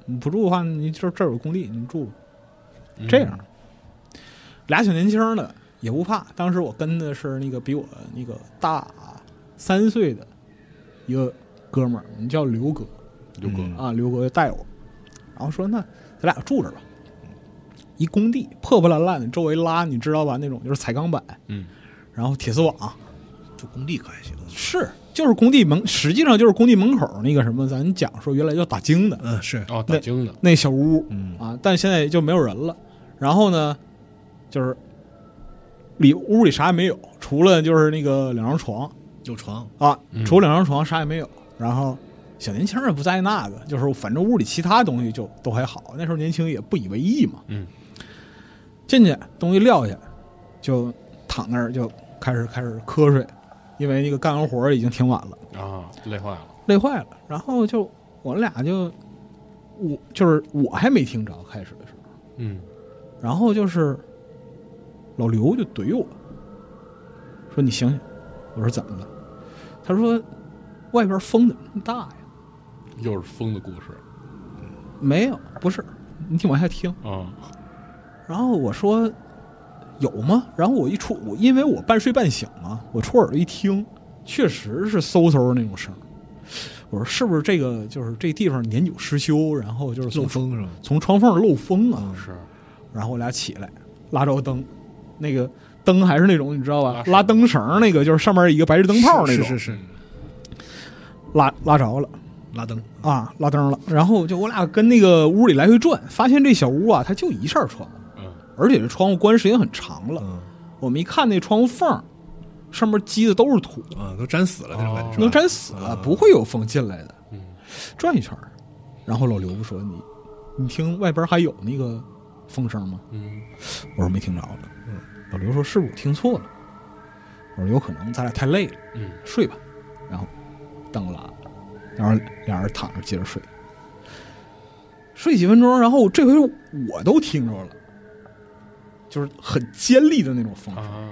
你不住的话，你这这儿有工地，你住吧。嗯这样，俩小年轻儿的也不怕。当时我跟的是那个比我那个大三岁的一个哥们儿，我们叫刘哥。刘哥，嗯啊，刘哥就带我，然后说那咱俩住这儿吧，一工地破破烂烂的，周围拉你知道吧？那种就是彩钢板，嗯，然后铁丝网，住工地可还行？是就是工地门，实际上就是工地门口那个什么，咱讲说原来叫打更的嗯，是，哦，打精的，那小屋嗯啊，但现在就没有人了。然后呢，就是里屋里啥也没有，除了就是那个两张床，有床，啊嗯，除了两张床啥也没有。然后小年轻儿也不在意那个，就是反正屋里其他东西就都还好。那时候年轻也不以为意嘛。嗯，进去东西撂下，就躺那儿就开始开始瞌睡，因为那个干完活儿已经挺晚了，啊，累坏了。累坏了。然后就我们俩就我就是我还没听着开始的时候，嗯然后就是老刘就怼我，说你醒醒。我说怎么了？他说外边风怎么那么大呀？又是风的故事没有，不是，你听往下听。啊，然后我说有吗？然后我一出，我因为我半睡半醒嘛，我出耳朵一听，确实是嗖嗖那种声儿。我说是不是这个就是这地方年久失修，然后就是漏从风是吧？从窗缝漏风啊？是然后我俩起来拉着灯，那个灯还是那种你知道吧拉，绳拉灯绳儿那个就是上面一个白炽灯泡那是种，嗯是是，拉拉着了。拉灯啊，拉灯了，然后就我俩跟那个屋里来回转，发现这小屋啊，它就一扇窗户，嗯而且这窗户关时间很长了。嗯我们一看那窗户缝儿，上面积的都是土，啊，都粘死了那种感觉，是吧哦能粘死了，不会有风进来的。嗯，转一圈儿，然后老刘说：“你，你听外边还有那个风声吗嗯，？”我说：“没听着了。”老刘说：“是不是我听错了？”我说：“有可能，咱俩太累了，嗯，睡吧。”然后灯拉了，然后俩人躺着接着睡，睡几分钟，然后这回我都听着了，就是很尖利的那种风声。啊，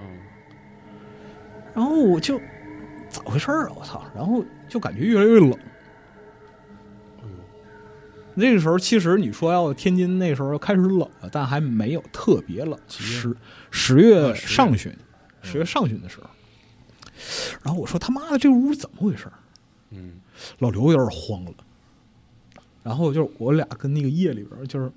然后我就咋回事儿啊？我操！然后就感觉越来越冷。那个时候，其实你说要天津那时候开始冷了，但还没有特别冷，十十月啊十月上旬，十月上旬的时候。然后我说他妈的，这屋怎么回事儿？嗯，老刘有点慌了。然后就是我俩跟那个夜里边儿就是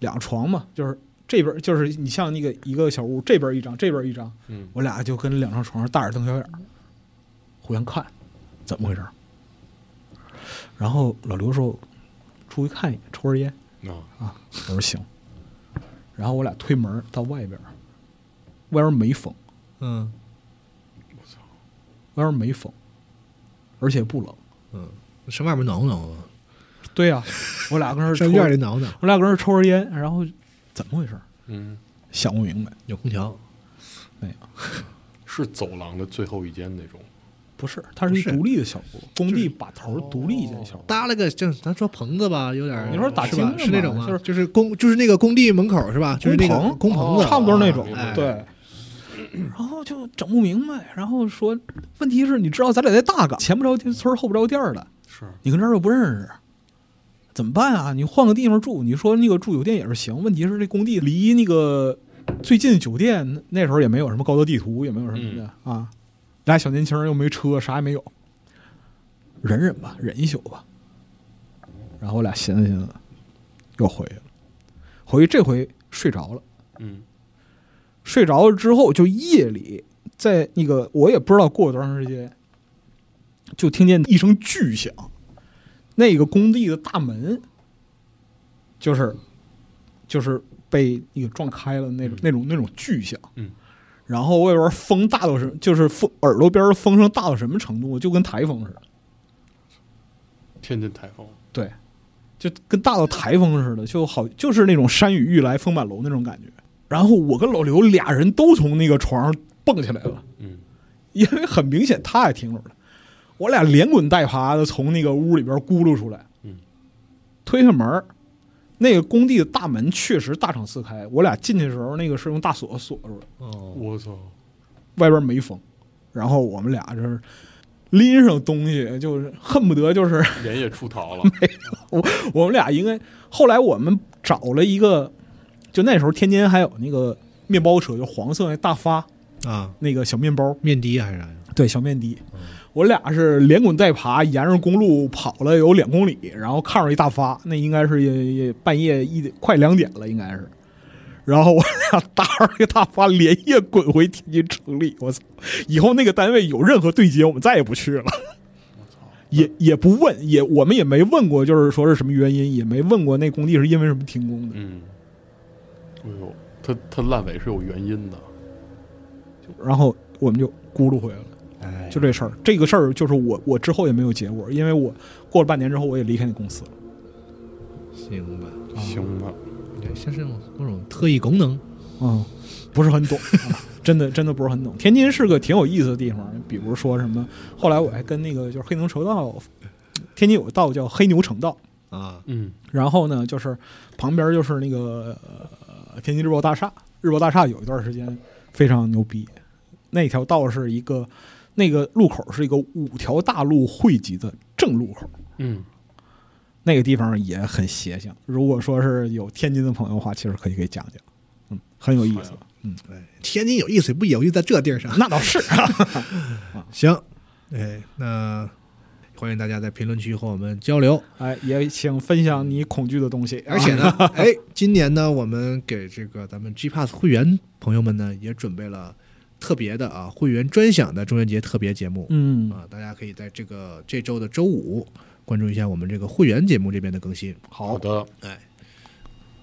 两床嘛，就是这边儿就是你像那个一个小屋，这边儿一张，这边儿一张，嗯我俩就跟两张床上大眼瞪小眼儿，互相看，怎么回事儿？然后老刘说：“出去看一眼，抽根烟啊，啊。”我说：“行。”然后我俩推门儿到外边儿，外边儿没风，嗯外边儿没风，而且不冷。嗯，上外面挠挠啊，对呀、我俩跟那儿抽上，院里挠挠，我俩跟那儿抽根烟，然后怎么回事儿？嗯，想不明白。有空调，没有，是走廊的最后一间那种，不是，它是不一是哦独立的小屋，工地把头儿独立一间小屋。搭了个就咱说棚子吧，有点儿你说打是钉吧子是那嘛种吗？就是就是工就是那个工地门口是吧？就是那个棚哦工棚子，哎差不多那种嗯啊明白，对。然后就整不明白，然后说，问题是你知道咱俩在大港，前不着村儿后不着店儿的，是，你跟这儿又不认识，怎么办啊？你换个地方住，你说那个住酒店也是行，问题是这工地离那个最近酒店那时候也没有什么高德地图，也没有什么的、啊，俩小年轻儿又没车，啥也没有，忍忍吧，忍一宿吧。然后我俩寻思寻思，又回去了，回去这回睡着了。嗯睡着了之后，就夜里在那个我也不知道过了多长时间，就听见一声巨响，那个工地的大门就是就是被那个撞开了那种那种那种巨响，嗯，然后外边风大到什么，就是风耳朵边风声大到什么程度，就跟台风似的，天津台风，对，就跟大到台风似的，就好就是那种山雨欲来风满楼那种感觉。然后我跟老刘俩人都从那个床上蹦起来了。嗯，因为很明显他也听着了，我俩连滚带爬的从那个屋里边咕噜出来，嗯，推开门儿，那个工地的大门确实大敞四开，我俩进去的时候那个是用大锁锁住的，哦，我操，外边没风，然后我们俩就是拎上东西，就是恨不得就是 连夜出逃了，我们俩应该后来我们找了一个，就那时候天津还有那个面包车，就黄色那大发啊，那个小面包，面的还是啥呀？对，小面的，我俩是连滚带爬，沿着公路跑了有两公里，然后看着一大发，那应该是也也半夜一点快两点了，应该是。然后我俩搭着一个大发，连夜滚回天津城里。我操！以后那个单位有任何对接，我们再也不去了。也也不问，也我们也没问过，就是说是什么原因，也没问过那工地是因为什么停工的。嗯，哎呦，它它烂尾是有原因的，然后我们就咕噜回来了。哎，就这事儿，这个事儿就是我我之后也没有结果，因为我过了半年之后我也离开那公司了。行吧，行吧，对，像是那种那种特异功能，嗯，不是很懂，啊、 真的真的不是很懂。天津是个挺有意思的地方，比如说什么，后来我还跟那个就是黑牛城道，天津有个道叫黑牛城道，啊，嗯然后呢就是旁边就是那个、呃、天津日报大厦，日报大厦有一段时间非常牛逼，那条道是一个那个路口是一个五条大路汇集的正路口，嗯，那个地方也很邪性。如果说是有天津的朋友的话，其实可以给讲讲，嗯，很有意思好。哎天津有意思不也就在这地儿上？那倒是，行，哎，那欢迎大家在评论区和我们交流。哎，也请分享你恐惧的东西。 而 且呢，哎，今年呢，我们给这个咱们 G Pass 会员朋友们呢，也准备了特别的啊，会员专享的中元节特别节目嗯，啊，大家可以在这个这周的周五关注一下我们这个会员节目这边的更新，好好，的，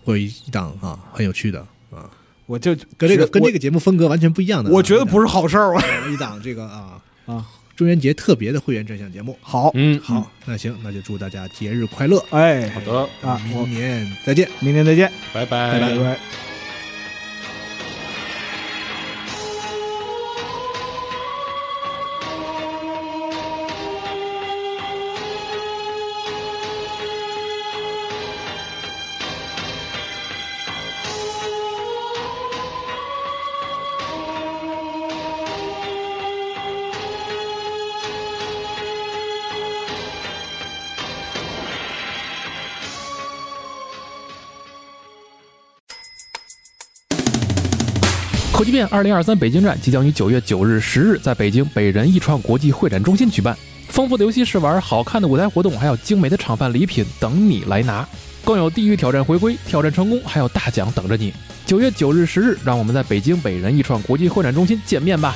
会有一档啊很有趣的啊，我就跟这个跟这个，个节目风格完全不一样的啊、我觉得不是是好事儿。我一档这个啊啊中元节特别的会员专享节目。 好，嗯，好，那行，那就祝大家节日快乐。嗯哎，好的，啊，明我年再见。明天再见，拜拜拜拜拜。科技变二零二三北京站即将于九月九日、十日在北京北人艺创国际会展中心举办。丰富的游戏试玩、好看的舞台活动，还有精美的厂饭礼品等你来拿，更有地狱挑战回归，挑战成功还有大奖等着你。九月九日、十日，让我们在北京北人艺创国际会展中心见面吧！